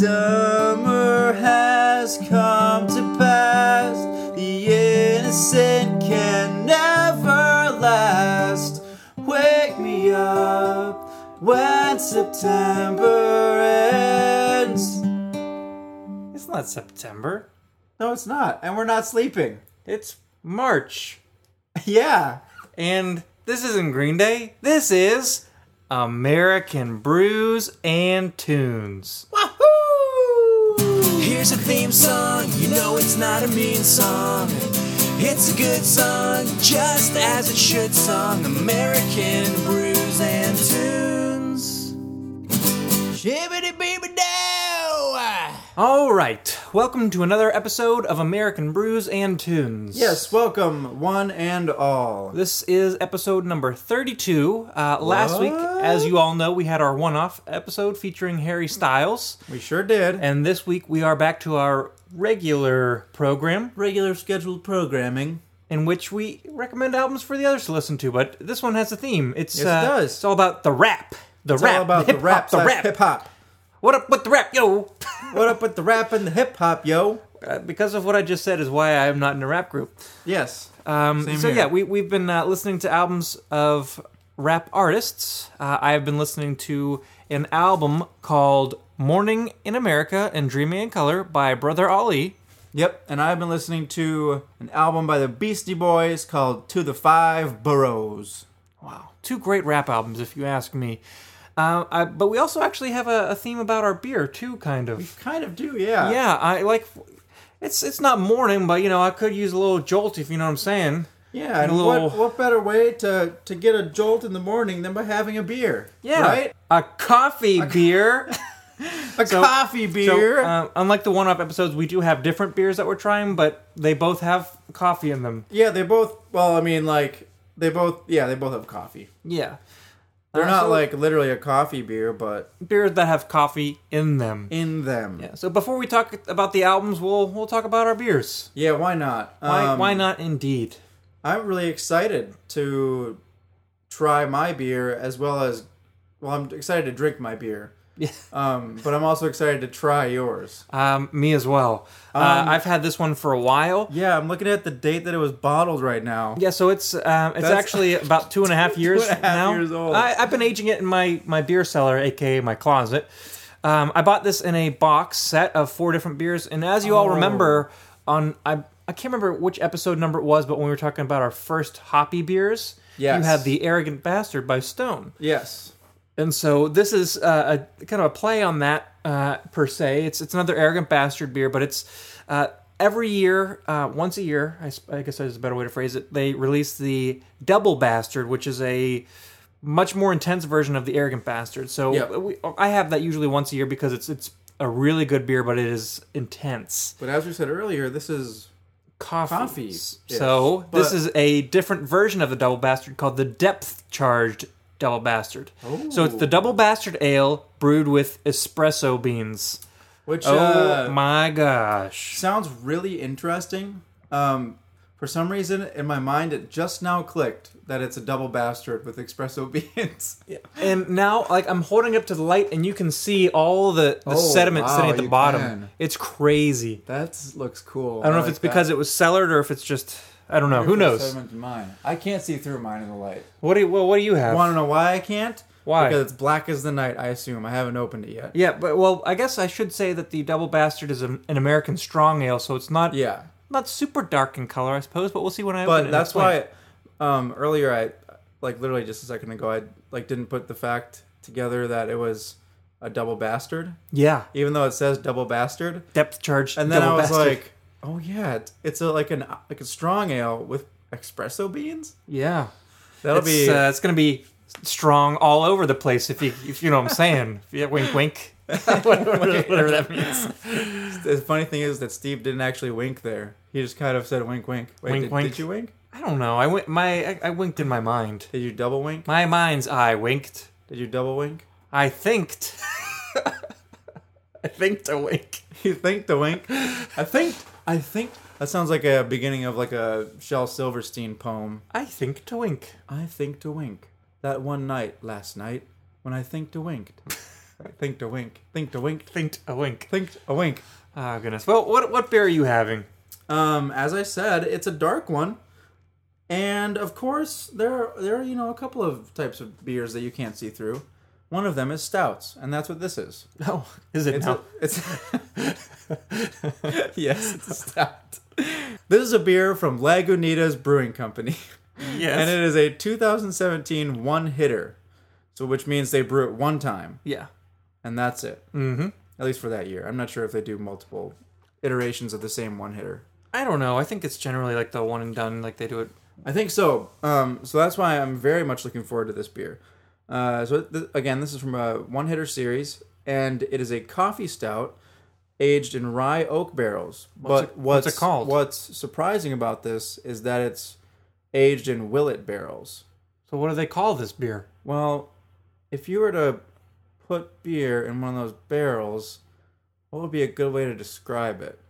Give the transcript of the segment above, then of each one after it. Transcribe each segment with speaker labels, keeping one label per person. Speaker 1: Summer has come to pass. The innocent can never last. Wake me up when September ends.
Speaker 2: It's not September.
Speaker 1: No, it's not. And we're not sleeping.
Speaker 2: It's March.
Speaker 1: Yeah.
Speaker 2: And this isn't Green Day. This is American Brews and Tunes.
Speaker 1: Wahoo!
Speaker 3: Here's a theme song, you know it's not a mean song. It's a good song, just as it should song. American brews and tunes. Shibbity beeby dow!
Speaker 2: All right. Welcome to another episode of American Brews and Tunes.
Speaker 1: Yes, welcome, one and all.
Speaker 2: This is episode number 32. Uh, last week, as you all know, we had our one off episode featuring Harry Styles.
Speaker 1: We sure did.
Speaker 2: And this week, we are back to our regular program
Speaker 1: regular scheduled programming.
Speaker 2: in which we recommend albums for the others to listen to. But this one has a theme. It's,
Speaker 1: Yes, it
Speaker 2: uh,
Speaker 1: does.
Speaker 2: It's all about the rap. The
Speaker 1: It's
Speaker 2: rap.
Speaker 1: all about the
Speaker 2: hip-hop,
Speaker 1: rap,
Speaker 2: The rap.
Speaker 1: hip hop.
Speaker 2: What up with the rap, yo?
Speaker 1: What up with the rap and the hip hop, yo?
Speaker 2: Uh, because of what I just said is why I am not in a rap group.
Speaker 1: Yes.
Speaker 2: Um,
Speaker 1: Same
Speaker 2: so
Speaker 1: here.
Speaker 2: yeah, we we've been uh, listening to albums of rap artists. Uh, I've been listening to an album called "Morning in America" and "Dreaming in Color" by Brother Ali.
Speaker 1: Yep, and I've been listening to an album by the Beastie Boys called To the Five Boroughs.
Speaker 2: Wow, two great rap albums, if you ask me. Uh, I, but we also actually have a, a theme about our beer too, kind of.
Speaker 1: Kind of do, yeah.
Speaker 2: Yeah, I like. It's it's not morning, but you know I could use a little jolt if you know what I'm saying.
Speaker 1: Yeah, and
Speaker 2: A little-
Speaker 1: what, what better way to, to get a jolt in the morning than by having a beer?
Speaker 2: Yeah,
Speaker 1: Right?
Speaker 2: a coffee beer.
Speaker 1: A coffee beer.
Speaker 2: So, uh, unlike the one-off episodes, we do have different beers that we're trying, but they both have coffee in them.
Speaker 1: yeah, they both, well, I mean, like, they both, yeah, they both have coffee.
Speaker 2: Yeah,
Speaker 1: They're not
Speaker 2: so-
Speaker 1: like literally a coffee beer, but
Speaker 2: beers that have coffee in them.
Speaker 1: in them.
Speaker 2: Yeah. So before we talk about the albums, we'll we'll talk about our beers.
Speaker 1: Yeah, why not?
Speaker 2: Why
Speaker 1: Um,
Speaker 2: why not? Indeed.
Speaker 1: I'm really excited to try my beer as well as well I'm excited to drink my beer.
Speaker 2: Yeah.
Speaker 1: Um, but I'm also excited to try yours.
Speaker 2: Um, me as well. uh,
Speaker 1: Um,
Speaker 2: I've had this one for a while.
Speaker 1: Yeah, I'm looking at the date that it was bottled right now.
Speaker 2: Yeah, so it's um, it's
Speaker 1: That's-
Speaker 2: actually about two and a half years
Speaker 1: and a half
Speaker 2: now.
Speaker 1: years old.
Speaker 2: I, I've been aging it in my my beer cellar, aka my closet. Um, I bought this in a box set of four different beers, and as you
Speaker 1: Oh.
Speaker 2: all remember, on I I can't remember which episode number it was, but when we were talking about our first hoppy beers,
Speaker 1: Yes.
Speaker 2: you had the Arrogant Bastard by Stone,
Speaker 1: Yes.
Speaker 2: and so this is uh, a kind of a play on that uh, per se. It's it's another Arrogant Bastard beer, but it's uh, every year, uh, once a year, I, s- I guess that's a better way to phrase it. They release the Double Bastard, which is a much more intense version of the Arrogant Bastard. So
Speaker 1: Yeah.
Speaker 2: we, I have that usually once a year because it's it's a really good beer, but it is intense.
Speaker 1: But as we said earlier, this is
Speaker 2: Coffee.
Speaker 1: Coffees, yes.
Speaker 2: So this
Speaker 1: But-
Speaker 2: is a different version of the Double Bastard called the Depth Charged Double Bastard. So it's the
Speaker 1: Oh.
Speaker 2: Double Bastard Ale brewed with espresso beans.
Speaker 1: which
Speaker 2: oh
Speaker 1: uh,
Speaker 2: my gosh.
Speaker 1: sounds really interesting. Um, for some reason in my mind it just now clicked that it's a double bastard with espresso beans.
Speaker 2: And now like I'm holding up to the light and you can see all the, the
Speaker 1: Oh,
Speaker 2: sediment sitting
Speaker 1: wow,
Speaker 2: at the
Speaker 1: you
Speaker 2: bottom.
Speaker 1: can.
Speaker 2: It's crazy.
Speaker 1: that looks cool.
Speaker 2: I don't know if it's because it was cellared or if it's just I don't know. Who knows?
Speaker 1: Mine. I can't see through mine in the light.
Speaker 2: What do you, well, what do you have?
Speaker 1: Want to know why I can't?
Speaker 2: Why?
Speaker 1: Because it's black as the night. I assume I haven't opened it yet.
Speaker 2: Yeah, but well, I guess I should say that the Double Bastard is an, an American strong ale, so it's not
Speaker 1: Yeah,
Speaker 2: not super dark in color, I suppose, but we'll see when I. open it
Speaker 1: but
Speaker 2: and
Speaker 1: that's
Speaker 2: explain.
Speaker 1: why. Um, earlier I, like literally just a second ago, I like didn't put the fact together that it was a double bastard,
Speaker 2: Yeah,
Speaker 1: even though it says double bastard.
Speaker 2: depth charge.
Speaker 1: And then
Speaker 2: double
Speaker 1: I was
Speaker 2: bastard.
Speaker 1: like, oh yeah, it's- it's a like an like a strong ale with espresso beans.
Speaker 2: yeah,
Speaker 1: That'll
Speaker 2: it's,
Speaker 1: be
Speaker 2: uh, it's gonna be strong all over the place if you if you know what I'm saying. yeah, wink, wink. whatever, whatever that means.
Speaker 1: the funny thing is that Steve didn't actually wink there. He just kind of said wink, wink. Wait,
Speaker 2: Wink,
Speaker 1: did,
Speaker 2: wink.
Speaker 1: did you wink?
Speaker 2: I don't know. I went my I, I winked in my mind.
Speaker 1: Did you double wink?
Speaker 2: My mind's eye winked.
Speaker 1: Did you double wink?
Speaker 2: I thinked. I thinked a wink.
Speaker 1: You think the wink? I think I think that sounds like a beginning of like a Shel Silverstein poem.
Speaker 2: I think to wink.
Speaker 1: I think to wink. That one night last night when I think to winked. think to wink, think to wink, think
Speaker 2: A wink.
Speaker 1: think a wink.
Speaker 2: Oh goodness. Well, what what beer are you having?
Speaker 1: Um, as I said, it's a dark one, and of course there are, there are you know a couple of types of beers that you can't see through. One of them is stouts, and that's what this is.
Speaker 2: No, Oh, is it
Speaker 1: It's
Speaker 2: now?
Speaker 1: a, it's yes, it's a stout. This is a beer from Lagunitas Brewing Company,
Speaker 2: yes.
Speaker 1: and it is a 2017 one hitter, so which means they brew it one time,
Speaker 2: yeah.
Speaker 1: and that's it. Mm-hmm. At least for that year. I'm not sure if they do multiple iterations of the same one hitter.
Speaker 2: I don't know. I think it's generally like the one and done, like they do it.
Speaker 1: I think so. Um, so that's why I'm very much looking forward to this beer. Uh, so th- again, this is from a one-hitter series, and it is a coffee stout aged in rye oak barrels.
Speaker 2: What's
Speaker 1: but
Speaker 2: it-
Speaker 1: what's,
Speaker 2: what's it called?
Speaker 1: What's surprising about this is that it's aged in willet barrels.
Speaker 2: So what do they call this beer?
Speaker 1: Well, if you were to put beer in one of those barrels, what would be a good way to describe it?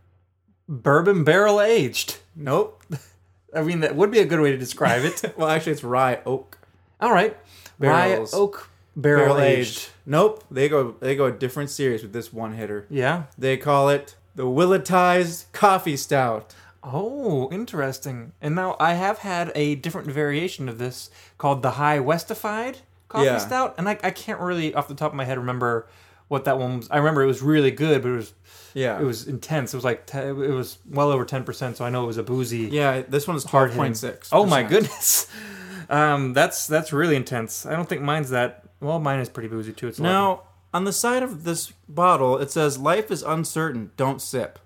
Speaker 2: Bourbon barrel aged.
Speaker 1: Nope.
Speaker 2: I mean, that would be a good way to describe it.
Speaker 1: well, actually, it's rye oak.
Speaker 2: All right.
Speaker 1: Barrels.
Speaker 2: Rye oak barrel, aged.
Speaker 1: Nope, they go they go a different series with this one hitter.
Speaker 2: Yeah.
Speaker 1: They call it the Willetized Coffee Stout.
Speaker 2: Oh, interesting. And now I have had a different variation of this called the High Westified Coffee
Speaker 1: Yeah.
Speaker 2: Stout, and I, I can't really, off the top of my head, remember what that one was. I remember it was really good, but it was
Speaker 1: Yeah,
Speaker 2: it was intense. It was like te- it was well over ten percent, so I know it was a boozy.
Speaker 1: yeah. This one is twelve
Speaker 2: hard hitting.
Speaker 1: point six.
Speaker 2: Oh my goodness, um, that's that's really intense. I don't think mine's that. Well, mine is pretty boozy too. It's 11.
Speaker 1: Now on the side of this bottle, it says "Life is uncertain. Don't sip."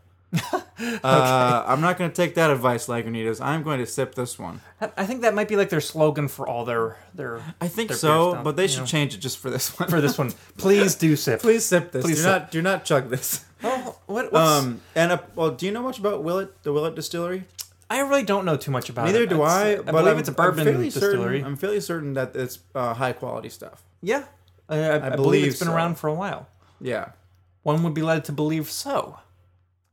Speaker 1: uh, I'm not going to take that advice, Lagunitas. I'm going to sip this one.
Speaker 2: I- I think that might be like their slogan for all their their
Speaker 1: I think
Speaker 2: Their beer
Speaker 1: so,
Speaker 2: stout,
Speaker 1: but they
Speaker 2: you
Speaker 1: should
Speaker 2: know.
Speaker 1: change it just for this one.
Speaker 2: for this one. Please do sip.
Speaker 1: please sip this.
Speaker 2: Please
Speaker 1: do
Speaker 2: sip.
Speaker 1: not do not chug this.
Speaker 2: Oh, what, what's,
Speaker 1: Um, and uh well, do you know much about Willet, the Willet Distillery?
Speaker 2: I really don't know too much about it.
Speaker 1: Neither do
Speaker 2: It's-
Speaker 1: I.
Speaker 2: I
Speaker 1: but
Speaker 2: believe
Speaker 1: I'm-
Speaker 2: it's a
Speaker 1: I'm
Speaker 2: bourbon
Speaker 1: fairly
Speaker 2: distillery.
Speaker 1: Certain, I'm fairly certain that it's uh, high quality stuff.
Speaker 2: yeah, I, I, I believe,
Speaker 1: believe
Speaker 2: it's been
Speaker 1: so.
Speaker 2: around for a while.
Speaker 1: Yeah,
Speaker 2: One would be led to believe so.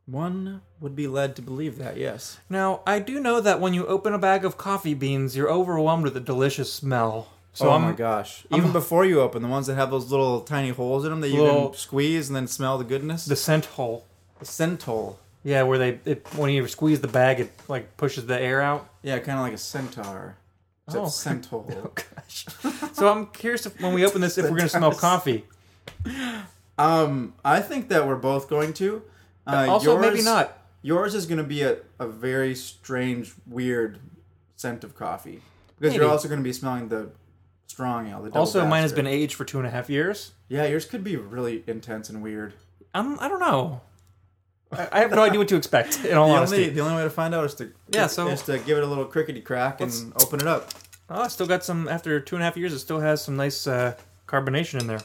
Speaker 1: one would be led to believe that. Yes.
Speaker 2: Now, I do know that when you open a bag of coffee beans, you're overwhelmed with the delicious smell. So
Speaker 1: oh
Speaker 2: I'm,
Speaker 1: my gosh! Even before you open the ones that have those little tiny holes in them that you
Speaker 2: Little-
Speaker 1: can squeeze and then smell the goodness.
Speaker 2: the
Speaker 1: The,
Speaker 2: scent hole.
Speaker 1: scent hole.
Speaker 2: Yeah, where they it, when you squeeze the bag, it like pushes the air out.
Speaker 1: Yeah, kind of like a centaur. Except
Speaker 2: Oh.
Speaker 1: scent hole.
Speaker 2: Gosh. so I'm curious if when we open this, if we're gonna smell coffee.
Speaker 1: um, I think that we're both going to. Uh,
Speaker 2: also,
Speaker 1: yours-
Speaker 2: maybe not.
Speaker 1: Yours is going to be a, a very strange, weird scent of coffee because
Speaker 2: Maybe.
Speaker 1: you're also going to be smelling the strong ale. The double
Speaker 2: Also, mine has
Speaker 1: bastard.
Speaker 2: been aged for two and a half years.
Speaker 1: Yeah, yours could be really intense and weird.
Speaker 2: I'm, I don't know. I, I have no idea what to expect. In all
Speaker 1: The
Speaker 2: honesty,
Speaker 1: only, the only way to find out is to
Speaker 2: Yeah, so-
Speaker 1: is to give it a little crickety crack and open it up.
Speaker 2: Oh, it's still got some. After two and a half years, it still has some nice uh, carbonation in there.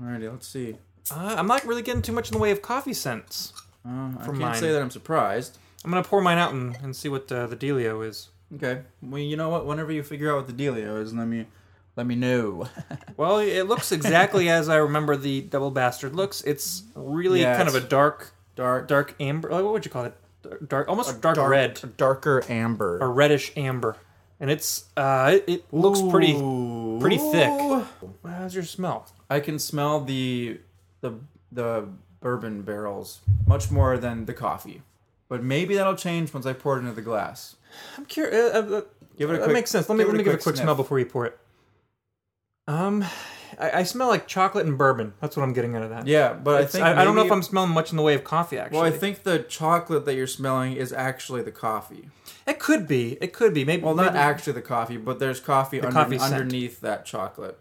Speaker 1: Alrighty, let's see.
Speaker 2: Uh, I'm not really getting too much in the way of coffee scents.
Speaker 1: Uh, I can't
Speaker 2: mine.
Speaker 1: say that I'm surprised.
Speaker 2: I'm gonna pour mine out and, and see what uh, the dealio is.
Speaker 1: Okay, well, you know what? Whenever you figure out what the dealio is, let me let me know.
Speaker 2: Well, it looks exactly as I remember the double bastard looks. It's really
Speaker 1: Yeah,
Speaker 2: kind of a
Speaker 1: it's-
Speaker 2: dark,
Speaker 1: Dark,
Speaker 2: dark amber. Like, what would you call it? Dar- Dark, almost dark, red,
Speaker 1: darker amber.
Speaker 2: a reddish amber, and it's uh, it, it looks pretty. pretty thick.
Speaker 1: Ooh.
Speaker 2: How's your smell?
Speaker 1: I can smell the the the bourbon barrels much more than the coffee, but maybe that'll change once I pour it into the glass.
Speaker 2: I'm curious. Uh, uh,
Speaker 1: Give it a
Speaker 2: that
Speaker 1: quick-
Speaker 2: makes sense. Let me
Speaker 1: give it
Speaker 2: let
Speaker 1: a
Speaker 2: me give a
Speaker 1: quick
Speaker 2: quick
Speaker 1: sniff.
Speaker 2: smell before you pour it. Um, I, I smell like chocolate and bourbon. That's what I'm getting out of that.
Speaker 1: Yeah, but I
Speaker 2: It's-
Speaker 1: think
Speaker 2: I, I don't know if
Speaker 1: maybe-
Speaker 2: I'm smelling much in the way of coffee. Actually,
Speaker 1: Well, I think the chocolate that you're smelling is actually the coffee.
Speaker 2: it could be. It could be. Maybe.
Speaker 1: Well, not
Speaker 2: maybe-
Speaker 1: actually the coffee, but there's coffee, under,
Speaker 2: coffee scent.
Speaker 1: underneath that chocolate.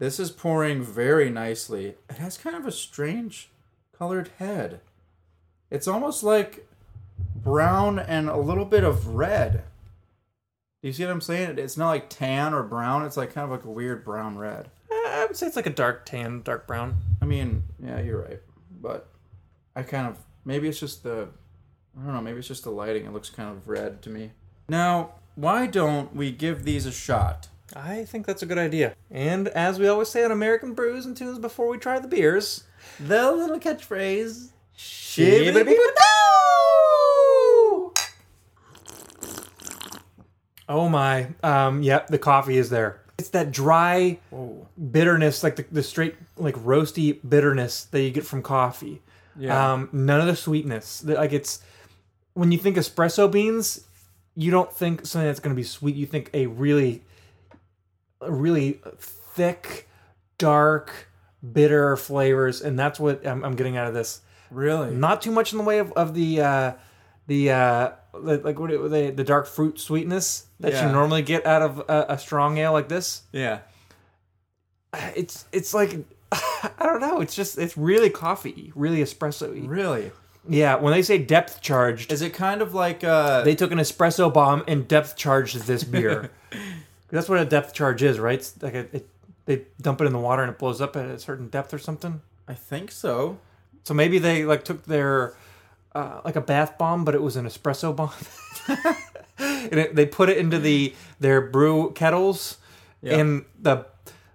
Speaker 1: This is pouring very nicely. It has kind of a strange colored head. It's almost like brown and a little bit of red. Do you see what I'm saying? It's not like tan or brown. It's like kind of like a weird brown red.
Speaker 2: uh, I would say it's like a dark tan, dark brown.
Speaker 1: I mean, yeah, you're right. But I kind of maybe it's just the I don't know, maybe it's just the lighting. It looks kind of red to me. Now, why don't we give these a shot?
Speaker 2: I think that's a good idea. And as we always say on American Brews and Tunes, before we try the beers,
Speaker 1: The little catchphrase.
Speaker 2: Shibbidi-bidi-bidi-boo! oh my, um, yep, the coffee is there. It's that dry
Speaker 1: Oh,
Speaker 2: bitterness, like the, the straight, like roasty bitterness that you get from coffee.
Speaker 1: Yeah.
Speaker 2: Um, none of the sweetness. The- Like it's when you think espresso beans, you don't think something that's going to be sweet. You think a really, a really thick, dark, bitter flavors, and that's what I'm, I'm getting out of this.
Speaker 1: really?
Speaker 2: Not too much in the way of, of the uh, the uh, the- like what do- the the dark fruit sweetness that
Speaker 1: Yeah.
Speaker 2: you normally get out of a, a strong ale like this
Speaker 1: yeah.
Speaker 2: it's it's like I don't know. It's just it's really coffee, really espresso.
Speaker 1: Really?
Speaker 2: Yeah, when they say depth charged,
Speaker 1: Is it kind of like uh
Speaker 2: they took an espresso bomb and depth charged this beer. That's what a depth charge is, right? It's like a, it, they dump it in the water and it blows up at a certain depth or something.
Speaker 1: I think so.
Speaker 2: So maybe they like took their uh, like a bath bomb, but it was an espresso bomb, and it, they put it into the their brew kettles,
Speaker 1: Yeah.
Speaker 2: and the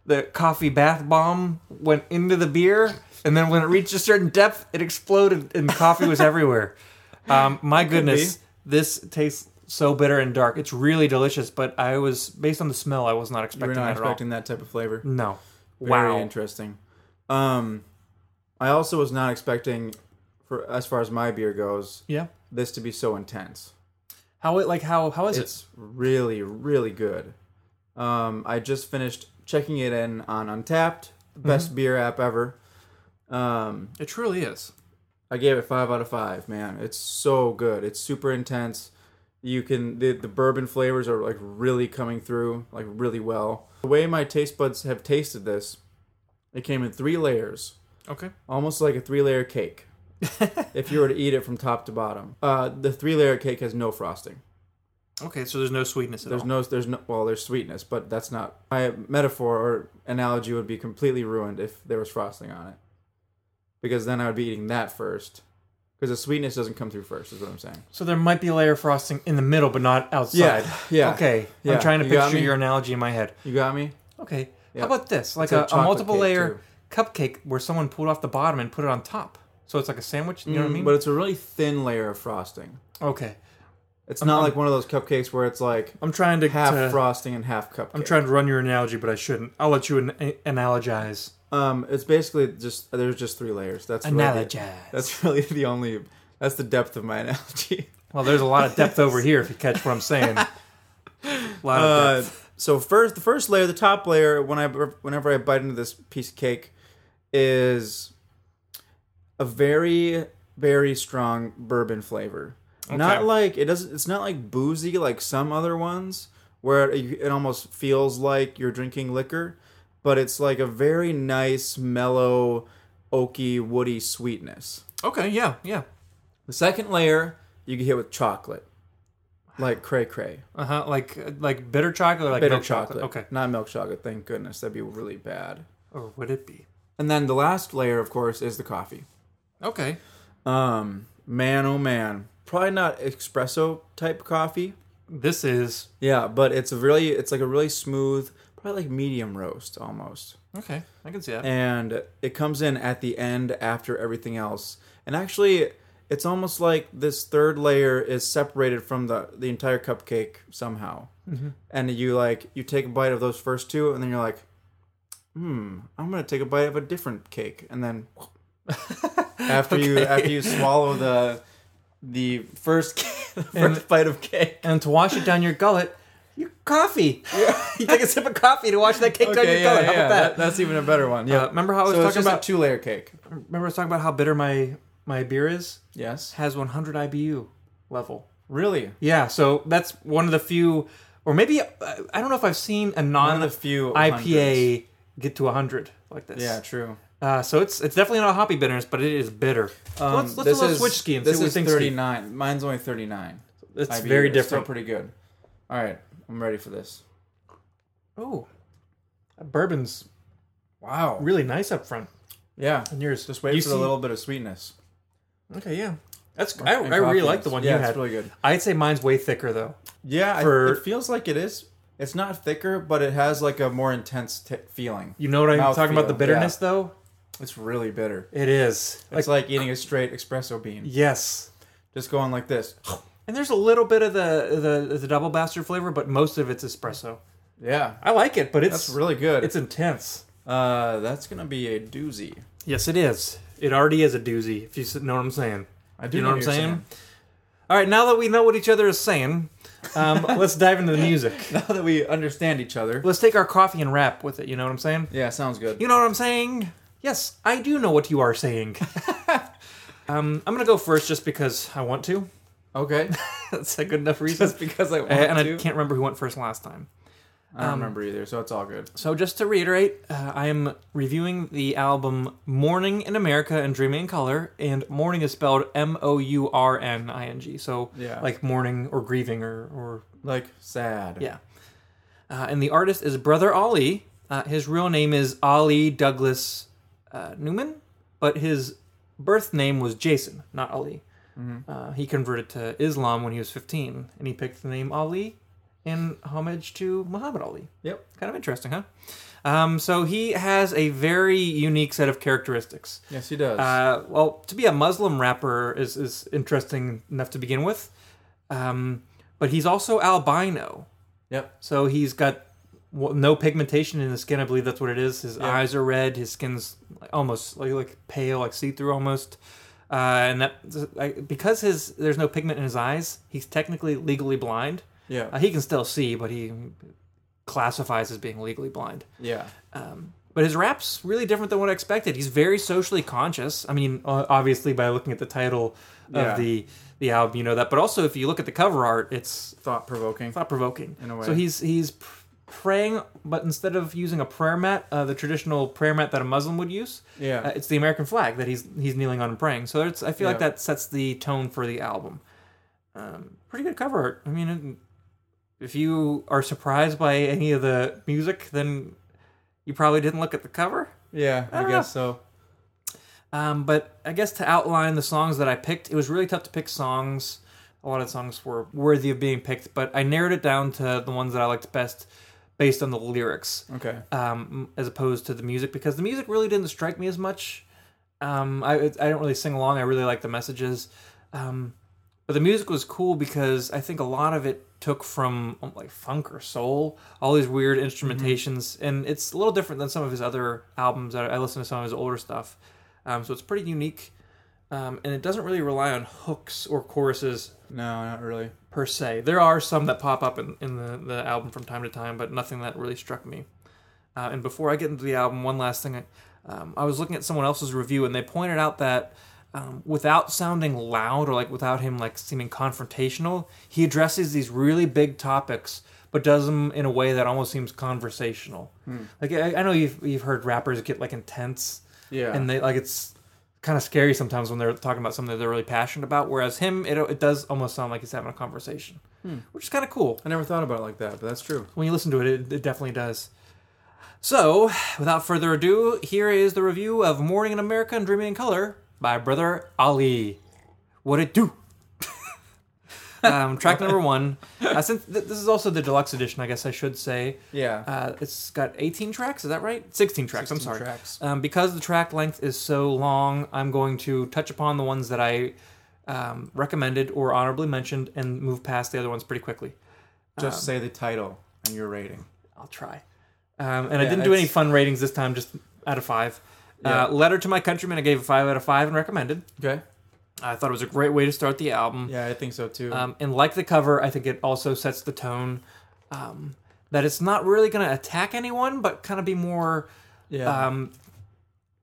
Speaker 2: the coffee bath bomb went into the beer, and then when it reached a certain depth, it exploded, and coffee was everywhere. Um, my goodness, this tastes so bitter and dark. It's really delicious, but I was based on the smell, I was not
Speaker 1: You were
Speaker 2: expecting
Speaker 1: not
Speaker 2: that
Speaker 1: expecting that type of flavor.
Speaker 2: at all. No,
Speaker 1: Very
Speaker 2: wow,
Speaker 1: interesting. Um I also was not expecting for as far as my beer goes,
Speaker 2: yeah.
Speaker 1: this to be so intense.
Speaker 2: How it like how how is it?
Speaker 1: It's really, really good. Um, I just finished checking it in on Untapped, best beer app ever. Um,
Speaker 2: It truly is.
Speaker 1: I gave it five out of five. Man, it's so good. It's super intense. You can the, the bourbon flavors are like really coming through like really well. The way my taste buds have tasted this, it came in three layers
Speaker 2: Okay.
Speaker 1: almost like a three layer cake. if you were to eat it from top to bottom, uh, the three layer cake has no frosting.
Speaker 2: Okay, so there's no sweetness at
Speaker 1: There's
Speaker 2: all.
Speaker 1: no, there's no, well, there's sweetness, but that's not my metaphor or analogy would be completely ruined if there was frosting on it, because then I would be eating that first, because the sweetness doesn't come through first. Is what I'm saying.
Speaker 2: so there might be a layer of frosting in the middle, but not outside.
Speaker 1: Yeah, yeah,
Speaker 2: Okay.
Speaker 1: yeah.
Speaker 2: I'm trying to
Speaker 1: You got
Speaker 2: picture
Speaker 1: me?
Speaker 2: your analogy in my head.
Speaker 1: You got me.
Speaker 2: Okay.
Speaker 1: Yeah.
Speaker 2: How about this? Like
Speaker 1: a
Speaker 2: a, a
Speaker 1: chocolate
Speaker 2: multiple
Speaker 1: cake,
Speaker 2: layer
Speaker 1: too.
Speaker 2: cupcake where someone pulled off the bottom and put it on top. So it's like a sandwich. You know what I mean?
Speaker 1: Mm, But it's a really thin layer of frosting.
Speaker 2: okay.
Speaker 1: It's not like one of those cupcakes where it's like
Speaker 2: I'm trying to.
Speaker 1: half
Speaker 2: to-
Speaker 1: frosting and half cupcake.
Speaker 2: I'm trying to run your analogy, but I shouldn't. I'll let you an- analogize.
Speaker 1: Um, it's basically just there's just three layers. That's really the-
Speaker 2: Analogize.
Speaker 1: that's really the only. That's the depth of my analogy.
Speaker 2: Well, there's a lot of depth over here if you catch what I'm saying. a lot of
Speaker 1: Uh,
Speaker 2: depth.
Speaker 1: so first, the first layer, the top layer, when I whenever I bite into this piece of cake, is a very very strong bourbon flavor. Not
Speaker 2: Okay.
Speaker 1: like it doesn't. It's not like boozy like some other ones where it, it almost feels like you're drinking liquor, but it's like a very nice mellow, oaky, woody sweetness.
Speaker 2: Okay. Yeah. Yeah.
Speaker 1: The second layer you get hit with chocolate, like cray cray,
Speaker 2: Uh huh. Like like bitter chocolate. Or like
Speaker 1: bitter
Speaker 2: milk
Speaker 1: chocolate.
Speaker 2: Okay.
Speaker 1: not milk chocolate. Thank goodness, that'd be really bad.
Speaker 2: Or would it be?
Speaker 1: And then the last layer, of course, is the coffee.
Speaker 2: Okay.
Speaker 1: Um, man, oh man, probably not espresso type coffee.
Speaker 2: This is
Speaker 1: Yeah, but it's a really, it's like a really smooth, probably like medium roast almost.
Speaker 2: okay. I can see that.
Speaker 1: and it comes in at the end after everything else. And actually, it's almost like this third layer is separated from the the entire cupcake somehow.
Speaker 2: Mm-hmm.
Speaker 1: And you like you take a bite of those first two, and then you're like, hmm, I'm gonna take a bite of a different cake, and then after you after you swallow the the first ca- first bite of cake,
Speaker 2: and to wash it down your gullet, your coffee. you take a sip of coffee to wash that cake down your gullet. How about that?
Speaker 1: That's even a better one. Yeah,
Speaker 2: Uh, remember how I was
Speaker 1: so it's
Speaker 2: talking
Speaker 1: just
Speaker 2: about?
Speaker 1: a two layer cake.
Speaker 2: remember I was talking about how bitter my my beer is.
Speaker 1: Yes,
Speaker 2: Has 100 IBU level.
Speaker 1: really.
Speaker 2: Yeah, so that's one of the few, or maybe uh, I don't know if I've seen a non
Speaker 1: One of the few
Speaker 2: IPA get to 100 like this.
Speaker 1: Yeah, true.
Speaker 2: Uh, so it's it's definitely not hoppy bitterness, but it is bitter. So
Speaker 1: Um,
Speaker 2: let's let's do a little switch ski and see
Speaker 1: this
Speaker 2: what
Speaker 1: is
Speaker 2: we think.
Speaker 1: 39. Mine's only 39.
Speaker 2: Steve. It's
Speaker 1: IBU.
Speaker 2: very
Speaker 1: Still
Speaker 2: different.
Speaker 1: pretty good. All right, I'm ready for this.
Speaker 2: Oh, that bourbon's
Speaker 1: Wow.
Speaker 2: really nice up front.
Speaker 1: Yeah.
Speaker 2: And yours
Speaker 1: Just wait
Speaker 2: You
Speaker 1: for
Speaker 2: see-
Speaker 1: the little bit of sweetness.
Speaker 2: Okay, yeah, that's I,
Speaker 1: and
Speaker 2: I really
Speaker 1: coffee.
Speaker 2: like the one
Speaker 1: Yeah,
Speaker 2: you
Speaker 1: it's
Speaker 2: had.
Speaker 1: really good.
Speaker 2: I'd say mine's way thicker though.
Speaker 1: Yeah, I-
Speaker 2: For-
Speaker 1: it feels like it is. It's not thicker, but it has like a more intense t- feeling.
Speaker 2: You know what I'm
Speaker 1: Mouth
Speaker 2: talking about? The
Speaker 1: feel,
Speaker 2: bitterness though.
Speaker 1: It's really bitter.
Speaker 2: It is. Like,
Speaker 1: It's like eating a straight espresso bean.
Speaker 2: yes.
Speaker 1: Just going like this.
Speaker 2: And there's a little bit of the the, the double bastard flavor, but most of it's espresso.
Speaker 1: Yeah.
Speaker 2: I like it, but it's
Speaker 1: That's really good.
Speaker 2: it's intense.
Speaker 1: uh, that's gonna be a doozy.
Speaker 2: Yes, it is. It already is a doozy. If you s- know what I'm saying.
Speaker 1: I do
Speaker 2: you know, what I'm
Speaker 1: you're
Speaker 2: saying? All right, now that we know what each other is saying, um, let's dive into the music.
Speaker 1: Now that we understand each other.
Speaker 2: Let's take our coffee and rap with it. You know what I'm saying?
Speaker 1: Yeah, sounds good.
Speaker 2: You know what I'm saying? Yes, I do know what you are saying. um, I'm gonna go first just because I want to.
Speaker 1: okay.
Speaker 2: That's a good enough reason.
Speaker 1: Just because I um, want
Speaker 2: and
Speaker 1: to.
Speaker 2: I can't remember who went first last time.
Speaker 1: I don't remember either, so it's all good.
Speaker 2: So just to reiterate, uh, I am reviewing the album "Morning in America" and "Dreaming in Color," and "Morning" is spelled M-O-U-R-N-I-N-G. So
Speaker 1: Yeah.
Speaker 2: like mourning or grieving or or
Speaker 1: Like sad.
Speaker 2: yeah. Uh, and the artist is Brother Ali. Uh, his real name is Ali Douglas uh, Newman, but his birth name was Jason, not Ali. Uh, he converted to Islam when he was 15, and he picked the name Ali in homage to Muhammad Ali.
Speaker 1: Yep.
Speaker 2: Kind of interesting, huh? Um, so he has a very unique set of characteristics.
Speaker 1: Yes, he does.
Speaker 2: Uh, well, to be a Muslim rapper is, is interesting enough to begin with, um, but he's also albino.
Speaker 1: yep.
Speaker 2: So he's got w- no pigmentation in his skin. I believe that's what it is. His eyes are red. His skin's like, almost like, like pale, like see through almost. Uh, and that I, because his there's no pigment in his eyes, he's technically legally blind.
Speaker 1: Yeah.
Speaker 2: Uh, he can still see, but he classifies as being legally blind.
Speaker 1: yeah.
Speaker 2: Um, But his rap's really different than what I expected. He's very socially conscious. I mean, o- obviously by looking at the title of
Speaker 1: Yeah.
Speaker 2: the the album, you know that. But also if you look at the cover art, it's
Speaker 1: Thought provoking.
Speaker 2: thought provoking in
Speaker 1: a way.
Speaker 2: So he's he's pr- praying, but instead of using a prayer mat, uh, the traditional prayer mat that a Muslim would use,
Speaker 1: Yeah.
Speaker 2: uh, it's the American flag that he's he's kneeling on and praying. So it's, I feel like
Speaker 1: Yeah.
Speaker 2: that sets the tone for the album. Um, pretty good cover art. I mean, it- if you are surprised by any of the music, then you probably didn't look at the cover.
Speaker 1: Yeah, I,
Speaker 2: don't
Speaker 1: guess so.
Speaker 2: Um, but I guess to outline the songs that I picked, it was really tough to pick songs. A lot of songs were worthy of being picked, but I narrowed it down to the ones that I liked best based on the lyrics,
Speaker 1: Okay.
Speaker 2: um, as opposed to the music, because the music really didn't strike me as much. Um, I I don't really sing along. I really like the messages, um, but the music was cool because I think a lot of it took from um, like funk or soul, all these weird instrumentations, and it's a little different than some of his other albums. I, I listen to some of his older stuff, um, so it's pretty unique, um, and it doesn't really rely on hooks or choruses
Speaker 1: No, not really.
Speaker 2: per se. There are some that pop up in, in the, the album from time to time, but nothing that really struck me. Uh, and before I get into the album, one last thing. I, um, I was looking at someone else's review, and they pointed out that um, without sounding loud or like without him like seeming confrontational, he addresses these really big topics, but does them in a way that almost seems conversational. Like I, I know you've you've heard rappers get like intense,
Speaker 1: Yeah.
Speaker 2: and they like it's kind of scary sometimes when they're talking about something that they're really passionate about. Whereas him, it, it does almost sound like he's having a conversation, which is kind of cool.
Speaker 1: I never thought about it like that, but that's true.
Speaker 2: When you listen to it, it, it definitely does. So, without further ado, here is the review of Morning in America and Dreaming in Color by Brother Ali. What it do? um, track number one. Uh, since th- this is also the deluxe edition, I guess I should say.
Speaker 1: Yeah.
Speaker 2: Uh, it's got 18 tracks, is that right? 16 tracks,
Speaker 1: 16
Speaker 2: I'm sorry.
Speaker 1: tracks.
Speaker 2: Um, because the track length is so long, I'm going to touch upon the ones that I um, recommended or honorably mentioned and move past the other ones pretty quickly.
Speaker 1: Just say the title and your rating.
Speaker 2: I'll try. Um, and I
Speaker 1: Yeah,
Speaker 2: didn't do any
Speaker 1: it's-
Speaker 2: fun ratings this time, just out of five.
Speaker 1: Yeah.
Speaker 2: Uh, Letter to My Countrymen, I gave a five out of five and recommended.
Speaker 1: Okay.
Speaker 2: I thought it was a great way to start the album.
Speaker 1: Yeah, I think so too.
Speaker 2: Um, and like the cover, I think it also sets the tone um, that it's not really going to attack anyone, but kind of be more
Speaker 1: yeah.
Speaker 2: um,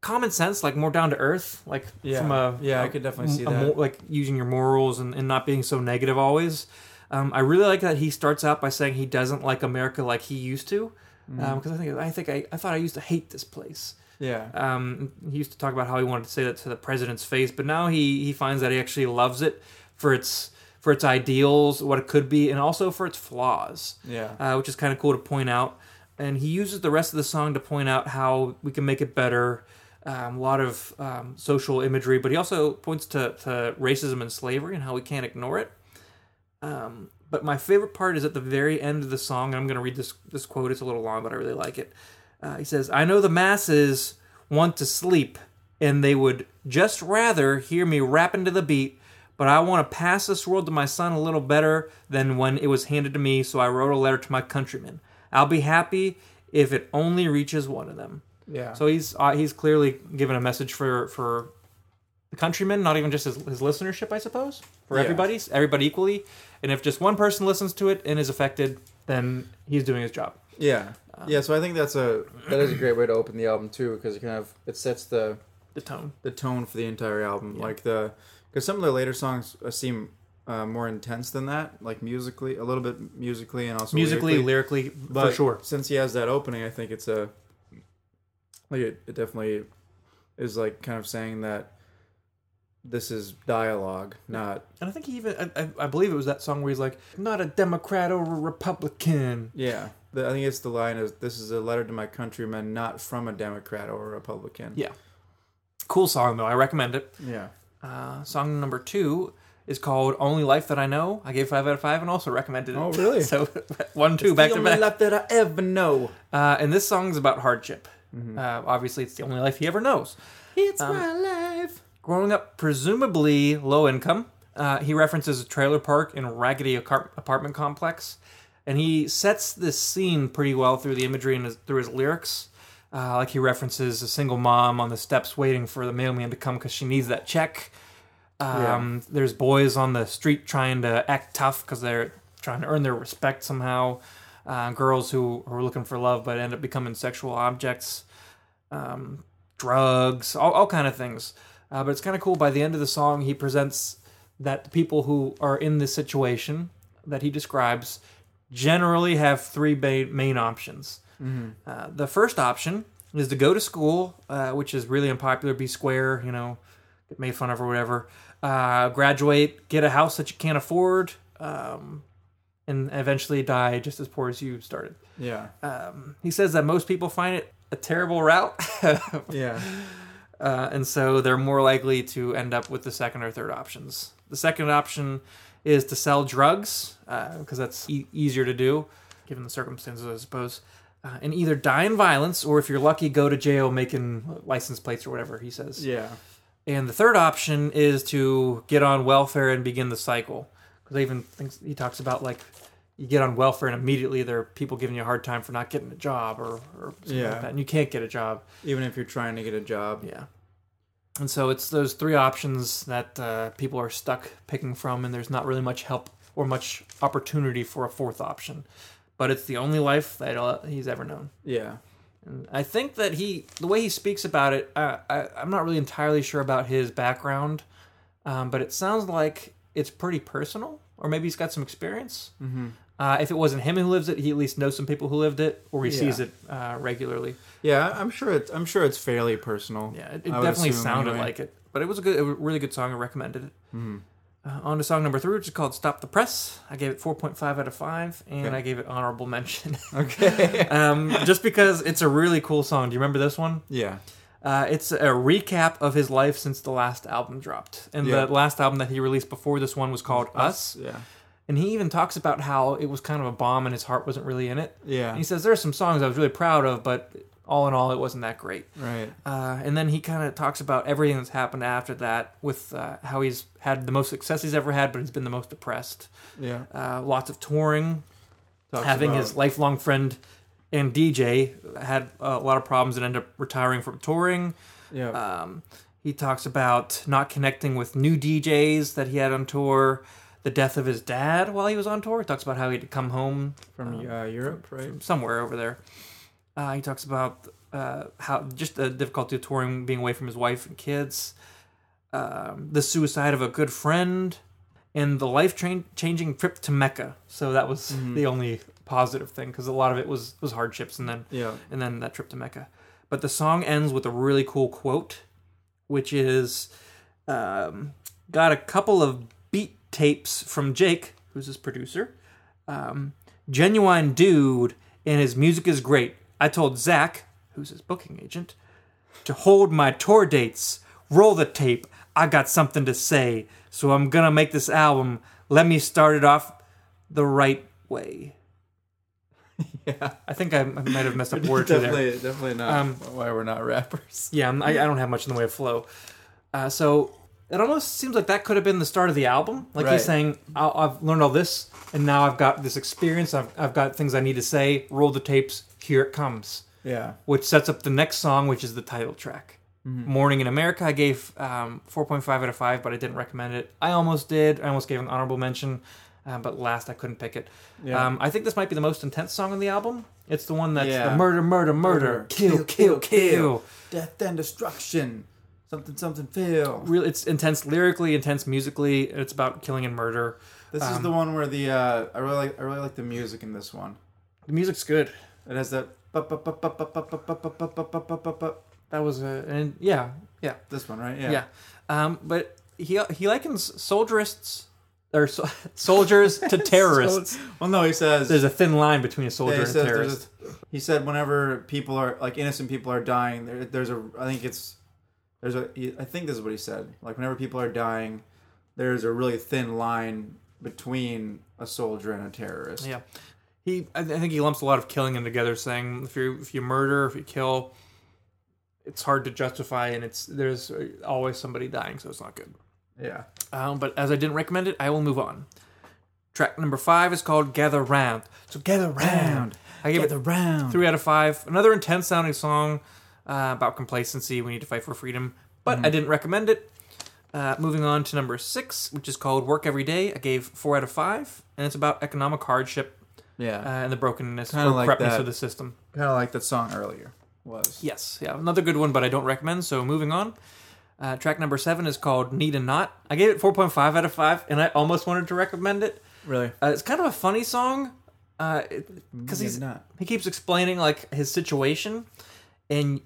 Speaker 2: common sense, like more down to earth, like
Speaker 1: Yeah.
Speaker 2: from a
Speaker 1: Yeah,
Speaker 2: I
Speaker 1: I could definitely see that.
Speaker 2: like using your morals and, and not being so negative always. Um, I really like that he starts out by saying he doesn't like America like he used to,
Speaker 1: Mm-hmm.
Speaker 2: because I think I think I, I thought I used to hate this place.
Speaker 1: yeah.
Speaker 2: Um, he used to talk about how he wanted to say that to the president's face, but now he he finds that he actually loves it for its for its ideals, what it could be, and also for its flaws
Speaker 1: yeah.
Speaker 2: uh, which is kind of cool to point out. And he uses the rest of the song to point out how we can make it better. Um, a lot of um, social imagery, but he also points to, to racism and slavery and how we can't ignore it. Um, but my favorite part is at the very end of the song, and I'm going to read this this quote. It's a little long, but I really like it. Uh, he says, "I know the masses want to sleep, and they would just rather hear me rapping to the beat." But I want to pass this world to my son a little better than when it was handed to me, so I wrote a letter to my countrymen. I'll be happy if it only reaches one of them.
Speaker 1: Yeah.
Speaker 2: So he's uh, he's clearly given a message for for the countrymen, not even just his, his listenership, I suppose, for
Speaker 1: Yeah.
Speaker 2: everybody, everybody equally. And if just one person listens to it and is affected, then he's doing his job.
Speaker 1: yeah. yeah, so I think that's a that is a great way to open the album too because it kind of it sets the
Speaker 2: The tone.
Speaker 1: the tone for the entire album. Like the because some of the later songs uh, seem uh, more intense than that, like musically, a little bit musically, and also
Speaker 2: Musically, lyrically,
Speaker 1: But
Speaker 2: for sure.
Speaker 1: Since he has that opening, I think it's a like it, it definitely is like kind of saying that this is dialogue, not
Speaker 2: And I think he even, I, I- I believe it was that song where he's like, not a Democrat or a Republican.
Speaker 1: yeah. The, I think it's the line is this is a letter to my countrymen, not from a Democrat or a Republican.
Speaker 2: Yeah. Cool song, though. I recommend it.
Speaker 1: yeah,
Speaker 2: Uh, song number two is called Only Life That I Know. I gave five out of five and also recommended it.
Speaker 1: Oh, really?
Speaker 2: so one, two, back
Speaker 1: the
Speaker 2: to
Speaker 1: only
Speaker 2: back.
Speaker 1: life that I ever know.
Speaker 2: Uh, and this song's about hardship. Uh, obviously, it's the only life he ever knows.
Speaker 1: It's my life.
Speaker 2: Growing up, presumably low income, uh, he references a trailer park and a raggedy acar- apartment complex, and he sets this scene pretty well through the imagery and his, through his lyrics. Uh, like he references a single mom on the steps waiting for the mailman to come because she needs that check. Um, There's boys on the street trying to act tough because they're trying to earn their respect somehow. Uh, girls who are looking for love but end up becoming sexual objects, um, drugs, all, all kind of things. Uh, but it's kind of cool. By the end of the song, he presents that the people who are in this situation that he describes generally have three ba- main options. Uh, the first option is to go to school, uh, which is really unpopular, be square, you know, get made fun of or whatever. Uh, graduate, get a house that you can't afford, um, and eventually die just as poor as you started.
Speaker 1: Yeah,
Speaker 2: Um, he says that most people find it a terrible route, uh,
Speaker 1: yeah,
Speaker 2: and so they're more likely to end up with the second or third options. The second option is to sell drugs, because that's e- easier to do, given the circumstances, I suppose. Uh, and either die in violence, or if you're lucky, go to jail making license plates or whatever he says.
Speaker 1: yeah,
Speaker 2: And the third option is to get on welfare and begin the cycle. Because I even think he talks about like you get on welfare and immediately there are people giving you a hard time for not getting a job or, or something
Speaker 1: Yeah.
Speaker 2: like that. And you can't get a job.
Speaker 1: Even if you're trying to get a job,
Speaker 2: Yeah. And so it's those three options that uh, people are stuck picking from, and there's not really much help or much opportunity for a fourth option. But it's the only life that uh, he's ever known.
Speaker 1: yeah,
Speaker 2: I think that he, the way he speaks about it, uh, I, I'm not really entirely sure about his background, um, but it sounds like it's pretty personal, or maybe he's got some experience. Mm-hmm. Uh, if it wasn't him who lives it, he at least knows some people who lived it, or he
Speaker 1: Yeah.
Speaker 2: sees it uh, regularly.
Speaker 1: yeah. I- I'm sure it's I'm sure it's fairly personal.
Speaker 2: Yeah, it, it
Speaker 1: I would
Speaker 2: definitely
Speaker 1: assume,
Speaker 2: sounded
Speaker 1: anyway.
Speaker 2: like it, but it was a good, a really good song. I recommended it. Uh, on to song number three, which is called "Stop the Press." I gave it 4.5 out of five, and
Speaker 1: Okay.
Speaker 2: I gave it honorable mention,
Speaker 1: okay,
Speaker 2: um, just because it's a really cool song. Do you remember this one?
Speaker 1: yeah.
Speaker 2: Uh, it's a recap of his life since the last album dropped. And
Speaker 1: Yeah.
Speaker 2: the last album that he released before this one was called Us.
Speaker 1: Yeah.
Speaker 2: And he even talks about how it was kind of a bomb and his heart wasn't really in it.
Speaker 1: Yeah.
Speaker 2: And he says, There are some songs I was really proud of, but all in all, it wasn't that great.
Speaker 1: right.
Speaker 2: Uh, and then he kind of talks about everything that's happened after that with uh, how he's had the most success he's ever had, but he's been the most depressed.
Speaker 1: Yeah.
Speaker 2: Uh, lots of touring,
Speaker 1: Talks
Speaker 2: having
Speaker 1: about-
Speaker 2: his lifelong friend and DJ had a lot of problems and ended up retiring from touring.
Speaker 1: Yeah.
Speaker 2: Um, he talks about not connecting with new DJs that he had on tour, the death of his dad while he was on tour. He talks about how he had to come home
Speaker 1: from uh, Europe, right?
Speaker 2: somewhere over there. Uh, he talks about uh, how just the difficulty of touring, being away from his wife and kids, um, the suicide of a good friend, and the life train changing trip to Mecca. So that was the only positive thing because a lot of it was was hardships, and then
Speaker 1: Yeah.
Speaker 2: and then that trip to Mecca. But the song ends with a really cool quote, which is um, got a couple of beat tapes from Jake, who's his producer. Um, genuine dude, and his music is great. I told Zach, who's his booking agent, to hold my tour dates. Roll the tape. I got something to say, so I'm gonna make this album. Let me start it off the right way. Yeah, I think I, I might have messed up word two there.
Speaker 1: definitely, definitely not
Speaker 2: Um,
Speaker 1: why we're not rappers.
Speaker 2: Yeah, I'm, I, I don't have much in the way of flow. Uh, so It almost seems like that could have been the start of the album. Like
Speaker 1: Right.
Speaker 2: he's saying, i "I've learned all this, and now I've got this experience. I've, I've got things I need to say. Roll the tapes. Here it comes."
Speaker 1: Yeah.
Speaker 2: which sets up the next song, which is the title track. Morning in America, I gave um, 4.5 out of 5, but I didn't recommend it. I almost did. I almost gave an honorable mention, uh, but last I couldn't pick it.
Speaker 1: Yeah.
Speaker 2: Um, I think this might be the most intense song on the album. It's the one that's
Speaker 1: Yeah.
Speaker 2: the murder, murder, murder, kill, kill, kill.
Speaker 1: Death and destruction. Something, something, fail.
Speaker 2: Real, it's intense lyrically, intense musically. It's about killing and murder.
Speaker 1: This is the one where the uh, I really like I really like the music in this one.
Speaker 2: The music's good.
Speaker 1: It has that bu- bu- bu- bu- bu- bu- bu- bu- bu- bu- bu- bu- bu- bu-
Speaker 2: That was a, and yeah, yeah.
Speaker 1: this one, right?
Speaker 2: Yeah. Um, but he he likens soldierists or so, soldiers to terrorists.
Speaker 1: So- well, no, he says.
Speaker 2: There's a thin line between a soldier
Speaker 1: yeah, he,
Speaker 2: and a
Speaker 1: says there's
Speaker 2: terrorist.
Speaker 1: a- he said whenever people are like innocent people are dying, there, there's a I think it's there's a he- I think this is what he said. Like whenever people are dying, there's a really thin line between a soldier and a terrorist.
Speaker 2: yeah. He I, th- I think he lumps a lot of killing in together, saying if you if you murder, if you kill, it's hard to justify, and it's there's always somebody dying, so it's not good.
Speaker 1: Yeah.
Speaker 2: Um, but as I didn't recommend it, I will move on. Track number five is called "Gather Round." So gather round. I gave it
Speaker 1: round.
Speaker 2: three out of five. Another intense sounding song uh, about complacency. We need to fight for freedom, but
Speaker 1: Mm-hmm.
Speaker 2: I didn't recommend it. Uh, moving on to number six, which is called "Work Every Day." I gave four out of five, and it's about economic hardship uh,
Speaker 1: Yeah.
Speaker 2: and the brokenness
Speaker 1: Kinda
Speaker 2: or
Speaker 1: like
Speaker 2: corruptness
Speaker 1: that.
Speaker 2: of the system.
Speaker 1: kind of like that song earlier was.
Speaker 2: Yes, yeah, another good one, but I don't recommend. So moving on. Uh, track number seven is called "Need a Knot." I gave it four point five out of five, and I almost wanted to recommend it.
Speaker 1: Really?
Speaker 2: Uh, it's kind of a funny song because he's
Speaker 1: not.
Speaker 2: he keeps explaining like his situation, and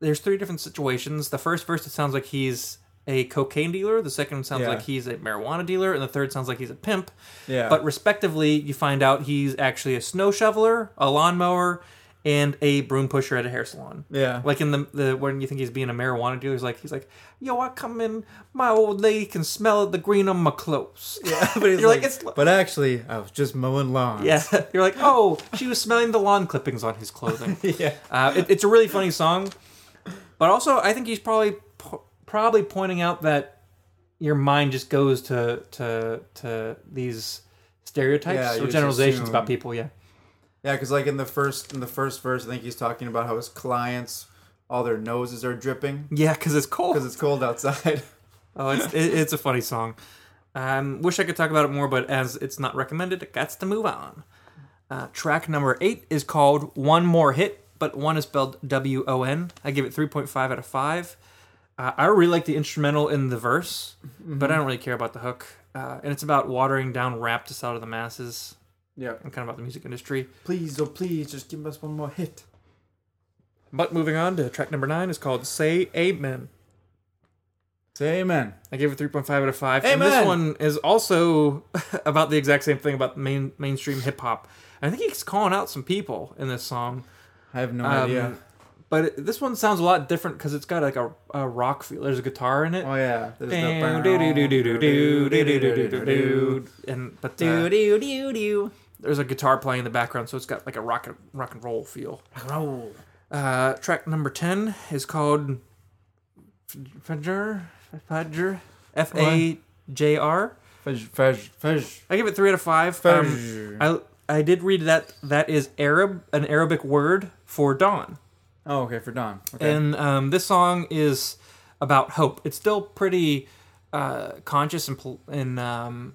Speaker 2: there's three different situations. The first verse it sounds like he's a cocaine dealer. The second one sounds
Speaker 1: Yeah.
Speaker 2: like he's a marijuana dealer, and the third sounds like he's a pimp.
Speaker 1: Yeah.
Speaker 2: But respectively, you find out he's actually a snow shoveler, a lawnmower, and a broom pusher at a hair salon.
Speaker 1: Yeah.
Speaker 2: Like in the, the when you think he's being a marijuana dealer, he's like he's like, yo, I come in, my old lady can smell the green on my clothes. Yeah, but you're like, it's
Speaker 1: But actually, I was just mowing lawns.
Speaker 2: yeah, you're like, oh, she was smelling the lawn clippings on his clothing.
Speaker 1: Yeah.
Speaker 2: Uh, it, it's a really funny song, but also I think he's probably po- probably pointing out that your mind just goes to to to these
Speaker 1: Yeah,
Speaker 2: stereotypes
Speaker 1: you
Speaker 2: or
Speaker 1: just
Speaker 2: generalizations
Speaker 1: assume.
Speaker 2: about people. Yeah,
Speaker 1: Yeah, because like in the first in the first verse, I think he's talking about how his clients, all their noses are dripping
Speaker 2: yeah, because it's cold.
Speaker 1: because it's cold outside.
Speaker 2: oh, it's it, it's a funny song. Um, wish I could talk about it more, but as it's not recommended, it gets to move on. Uh, track number eight is called "One More Hit," but one is spelled W O N. I give it three point five out of five. Uh, I really like the instrumental in the verse, but I don't really care about the hook. Uh, and it's about watering down rap to sell to the masses
Speaker 1: yeah.
Speaker 2: and kind of about the music industry.
Speaker 1: Please, oh please, just give us one more hit.
Speaker 2: But moving on to track number nine is called "Say Amen."
Speaker 1: Say amen.
Speaker 2: I gave it 3.5 out of 5. And this
Speaker 1: Amen.
Speaker 2: one is also about the exact same thing about main, mainstream hip hop. I think he's calling out some people in this song.
Speaker 1: I have no
Speaker 2: Um,
Speaker 1: idea.
Speaker 2: But it, this one sounds a lot different because it's got like a, a rock feel. There's a guitar in it.
Speaker 1: Oh yeah. There's the-
Speaker 2: And but the- there's a guitar playing in the background, so it's got like a rock and rock and roll feel. Uh, track number ten is called Fajr Fajr F A J R.
Speaker 1: Fudge, fudge, fudge.
Speaker 2: I give it three out of five. Um, I I did read that that is Arab an Arabic word for dawn,
Speaker 1: Oh, okay, for Don. Okay.
Speaker 2: and um, this song is about hope. It's still pretty uh, conscious and pol- and um,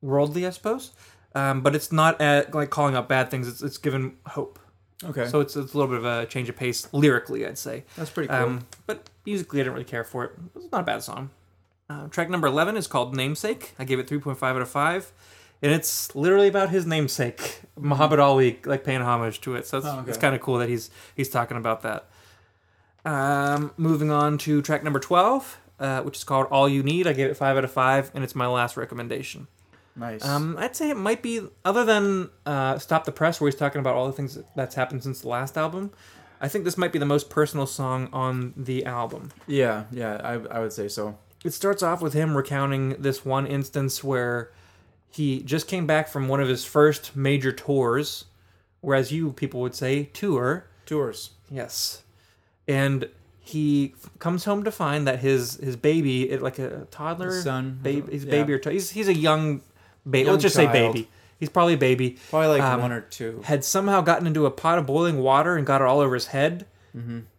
Speaker 2: worldly, I suppose, um, but it's not at, like calling out bad things. It's it's given hope,
Speaker 1: okay.
Speaker 2: so it's it's a little bit of a change of pace lyrically, I'd say.
Speaker 1: that's pretty cool.
Speaker 2: Um, but musically, I didn't really care for it. It's not a bad song. Uh, track number 11 is called Namesake. I gave it 3.5 out of 5. And it's literally about his namesake, Muhammad Ali, like paying homage to it. So it's,
Speaker 1: Mm-hmm. Oh, okay.
Speaker 2: it's kind of cool that he's he's talking about that. Um, moving on to track number 12, uh, which is called All You Need. I gave it 5 out of 5, and it's my last recommendation.
Speaker 1: nice.
Speaker 2: Um, I'd say it might be other than uh, "Stop the Press," where he's talking about all the things that's happened since the last album. I think this might be the most personal song on the album.
Speaker 1: yeah, yeah, I, I would say so.
Speaker 2: It starts off with him recounting this one instance where he just came back from one of his first major tours, whereas you people would say tour.
Speaker 1: Tours.
Speaker 2: Yes, and he f- comes home to find that his his baby, it, like a toddler,
Speaker 1: His son.
Speaker 2: baby, his
Speaker 1: Yeah.
Speaker 2: baby or to- he's he's a young baby.
Speaker 1: Young
Speaker 2: Let's just say
Speaker 1: child.
Speaker 2: baby. He's probably a baby.
Speaker 1: Probably like
Speaker 2: Um,
Speaker 1: one or two.
Speaker 2: had somehow gotten into a pot of boiling water and got it all over his head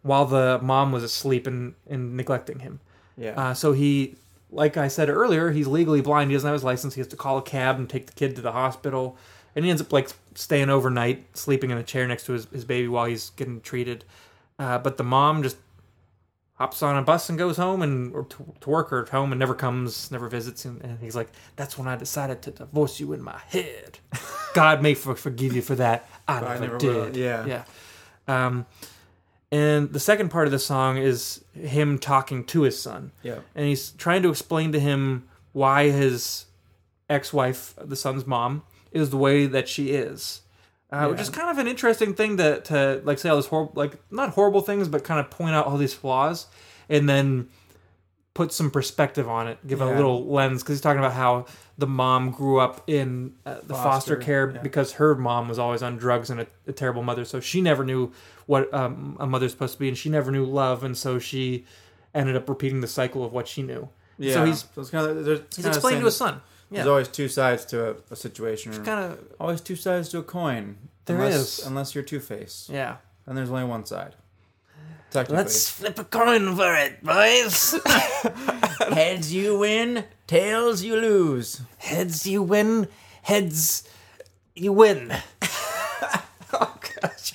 Speaker 2: while the mom was asleep and, and neglecting him.
Speaker 1: Yeah.
Speaker 2: Uh, so he, like I said earlier, he's legally blind. He doesn't have his license. He has to call a cab and take the kid to the hospital. And he ends up like staying overnight, sleeping in a chair next to his, his baby while he's getting treated. Uh, but the mom just hops on a bus and goes home and or to, to work or home and never comes, never visits. And, and he's like, "That's when I decided to divorce you in my head. God may for, forgive you for that. I never,
Speaker 1: I never
Speaker 2: did.
Speaker 1: will." Yeah.
Speaker 2: yeah. Um, and the second part of the song is him talking to his son.
Speaker 1: Yeah.
Speaker 2: And he's trying to explain to him why his ex-wife, the son's mom, is the way that she is. Uh, Which is kind of an interesting thing to, to like say all these horrible, like not horrible things, but kind of point out all these flaws and then put some perspective on it, give a
Speaker 1: Yeah.
Speaker 2: little lens. Because he's talking about how the mom grew up in uh, the
Speaker 1: Foster,
Speaker 2: foster, care
Speaker 1: yeah.
Speaker 2: because her mom was always on drugs and a, a terrible mother, so she never knew what um, a mother's supposed to be, and she never knew love, and so she ended up repeating the cycle of what she knew.
Speaker 1: yeah.
Speaker 2: So he's
Speaker 1: it's kind of, there's, it's
Speaker 2: he's
Speaker 1: kinda
Speaker 2: explaining
Speaker 1: saying
Speaker 2: to his son.
Speaker 1: There's
Speaker 2: Yeah,
Speaker 1: always two sides to a, a situation. or-
Speaker 2: kind of.
Speaker 1: always two sides to a coin.
Speaker 2: There
Speaker 1: unless,
Speaker 2: is.
Speaker 1: Unless you're Two Face.
Speaker 2: Yeah.
Speaker 1: Then there's only one side. Technically.
Speaker 2: Let's flip a coin for it, boys.
Speaker 1: Heads you win, tails you lose.
Speaker 2: Heads, you win. Heads, you win. oh gosh.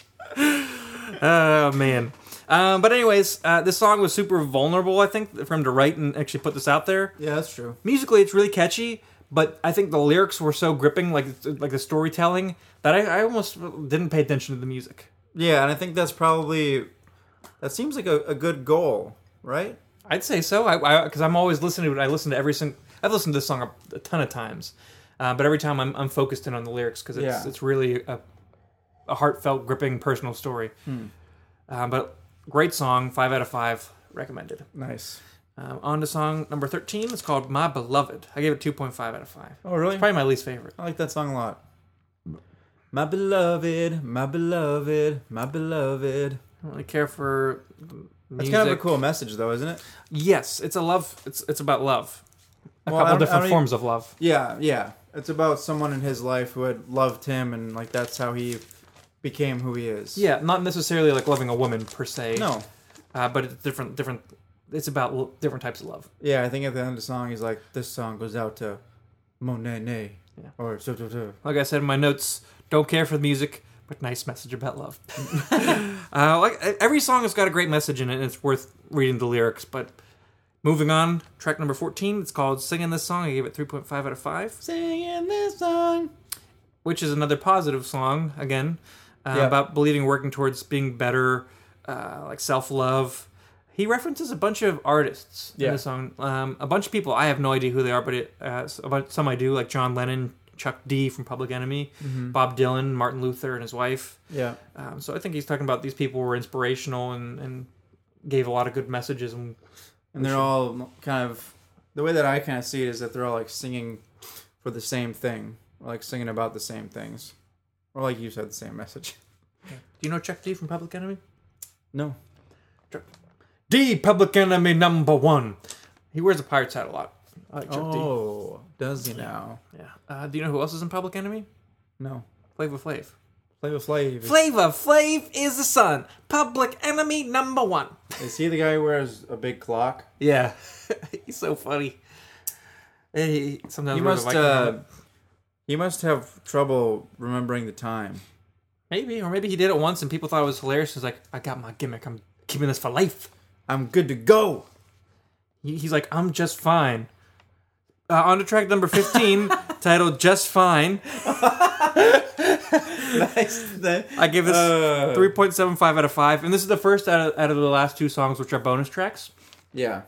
Speaker 2: Oh man. Um, but anyways, uh, this song was super vulnerable. I think for him to write and actually put this out there.
Speaker 1: Yeah, that's true.
Speaker 2: Musically, it's really catchy, but I think the lyrics were so gripping, like like the storytelling, that I, I almost didn't pay attention to the music.
Speaker 1: Yeah, and I think that's probably that seems like a, a good goal, right?
Speaker 2: I'd say so. I because I'm always listening to it. I listen to every single. I've listened to this song a, a ton of times, uh, but every time I'm, I'm focused in on the lyrics because it's
Speaker 1: Yeah.
Speaker 2: it's really a, a heartfelt, gripping, personal story. Uh, but great song, five out of five, recommended.
Speaker 1: Nice.
Speaker 2: Um, on to song number thirteen. It's called "My Beloved." I gave it two point five out of five.
Speaker 1: Oh, really?
Speaker 2: It's probably my least favorite.
Speaker 1: I like that song a lot. My beloved, my beloved, my beloved.
Speaker 2: I don't really care for.
Speaker 1: That's
Speaker 2: Music.
Speaker 1: kind of a cool message, though, isn't it?
Speaker 2: Yes, it's a love. It's it's about love. A
Speaker 1: Well, I
Speaker 2: couple
Speaker 1: don't- I
Speaker 2: different
Speaker 1: don't
Speaker 2: forms of love.
Speaker 1: Yeah, yeah. It's about someone in his life who had loved him, and like that's how he became who he is.
Speaker 2: Yeah, not necessarily like loving a woman per se.
Speaker 1: No.
Speaker 2: uh, but it's different different it's about l- different types of love
Speaker 1: Yeah, I think at the end of the song, he's like, "This song goes out to Monet,
Speaker 2: Yeah.
Speaker 1: or so so so."
Speaker 2: like i said in my notes don't care for the music but nice message about love uh, like e- every song has got a great message in it and it's worth reading the lyrics but moving on track number 14 it's called singing this song i gave it 3.5 out of 5
Speaker 1: Singing this song.
Speaker 2: which is another positive song again uh,
Speaker 1: Yeah.
Speaker 2: about believing working towards being better uh, like self-love he references a bunch of artists
Speaker 1: Yeah.
Speaker 2: in the song um, a bunch of people i have no idea who they are but it, uh, s- a bunch- some i do like john lennon chuck d from public enemy
Speaker 1: Mm-hmm.
Speaker 2: bob dylan martin luther and his wife
Speaker 1: Yeah.
Speaker 2: um, so i think he's talking about these people were inspirational and, and gave a lot of good messages and
Speaker 1: and they're all kind of the way that I kind of see it is that they're all like singing for the same thing, or like singing about the same things, or like you said, the same message.
Speaker 2: do you know chuck d from public enemy
Speaker 1: No,
Speaker 2: d public enemy number one he wears a pirate's hat a lot I like chuck d
Speaker 1: oh, does he now?
Speaker 2: Yeah. Uh, do you know who else is in Public Enemy?
Speaker 1: No,
Speaker 2: Flavor Flav.
Speaker 1: Flavor Flav. Is,
Speaker 2: Flavor Flav is the son. Public Enemy number one.
Speaker 1: is he the guy who wears a big clock?
Speaker 2: Yeah. He's so funny. And he sometimes
Speaker 1: He
Speaker 2: wears
Speaker 1: must.
Speaker 2: a Viking
Speaker 1: Uh,
Speaker 2: helmet.
Speaker 1: he must have trouble remembering the time.
Speaker 2: maybe or maybe he did it once and people thought it was hilarious. He's like, I got my gimmick. I'm keeping this for life.
Speaker 1: I'm good to go.
Speaker 2: He- He's like, I'm just fine. Uh, on to track number fifteen, titled "Just Fine." I give this
Speaker 1: Uh.
Speaker 2: three point seven five out of five, and this is the first out of, out of the last two songs, which are bonus tracks.
Speaker 1: yeah.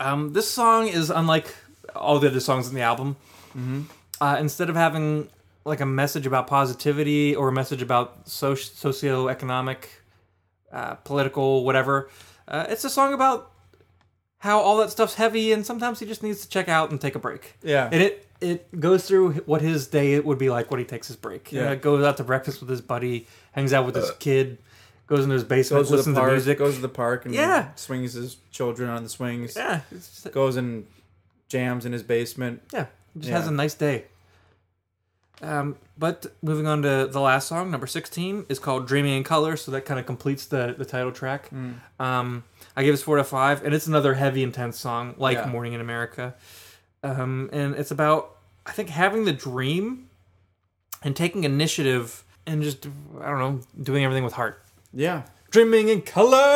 Speaker 2: Um, this song is unlike all the other songs in the album.
Speaker 1: Mm-hmm.
Speaker 2: Uh, instead of having like a message about positivity or a message about soc- socioeconomic, uh, political, whatever, uh, it's a song about how all that stuff's heavy and sometimes he just needs to check out and take a break.
Speaker 1: Yeah.
Speaker 2: And it it goes through what his day would be like when he takes his break. Uh, Yeah.
Speaker 1: Yeah. Uh.
Speaker 2: goes out to breakfast with his buddy, hangs out with his kid, goes into his basement,
Speaker 1: Goes to
Speaker 2: listens
Speaker 1: the
Speaker 2: to,
Speaker 1: park.
Speaker 2: music.
Speaker 1: Goes to the park and
Speaker 2: Yeah.
Speaker 1: swings his children on the swings.
Speaker 2: yeah, it's just-
Speaker 1: Goes and jams in his basement.
Speaker 2: Yeah, just
Speaker 1: Yeah.
Speaker 2: has a nice day. Um, but moving on to the last song, number sixteen, is called "Dreaming in Color," so that kind of completes the the title track.
Speaker 1: Mm.
Speaker 2: Um, I give this four to five, and it's another heavy, intense song like
Speaker 1: Yeah.
Speaker 2: "Morning in America," um, and it's about I think having the dream and taking initiative and just I don't know doing everything with heart.
Speaker 1: Yeah.
Speaker 2: Dreaming in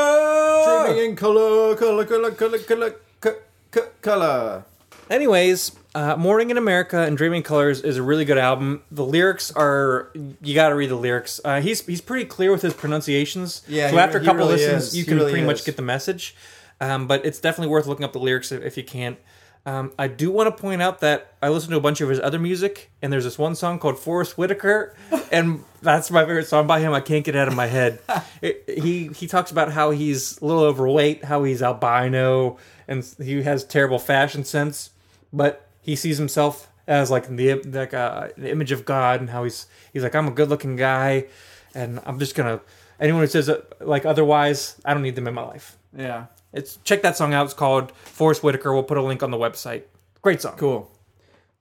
Speaker 2: color.
Speaker 1: Dreaming in color, color, color, color, color, co- co- color.
Speaker 2: Anyways, uh, Morning in America and Dreaming Colors is a really good album. The lyrics are you got to read the lyrics. Uh, he's he's pretty clear with his pronunciations.
Speaker 1: Yeah,
Speaker 2: So
Speaker 1: he-
Speaker 2: after a
Speaker 1: he
Speaker 2: couple
Speaker 1: really
Speaker 2: listens,
Speaker 1: is.
Speaker 2: you
Speaker 1: He
Speaker 2: can
Speaker 1: really
Speaker 2: pretty much
Speaker 1: is.
Speaker 2: get the message. Um, but it's definitely worth looking up the lyrics if, if you can't. Um, I do want to point out that I listened to a bunch of his other music, and there's this one song called Forrest Whitaker, and that's my favorite song by him. I can't get it out of my head. It- he he talks about how he's a little overweight, how he's albino, and he has terrible fashion sense, but he sees himself as like the like uh, the image of God, and how he's he's like I'm a good looking guy, and I'm just gonna anyone who says uh, like otherwise, I don't need them in my life.
Speaker 1: Yeah.
Speaker 2: It's check that song out. It's called Forrest Whitaker. We'll put a link on the website. Great song.
Speaker 1: Cool.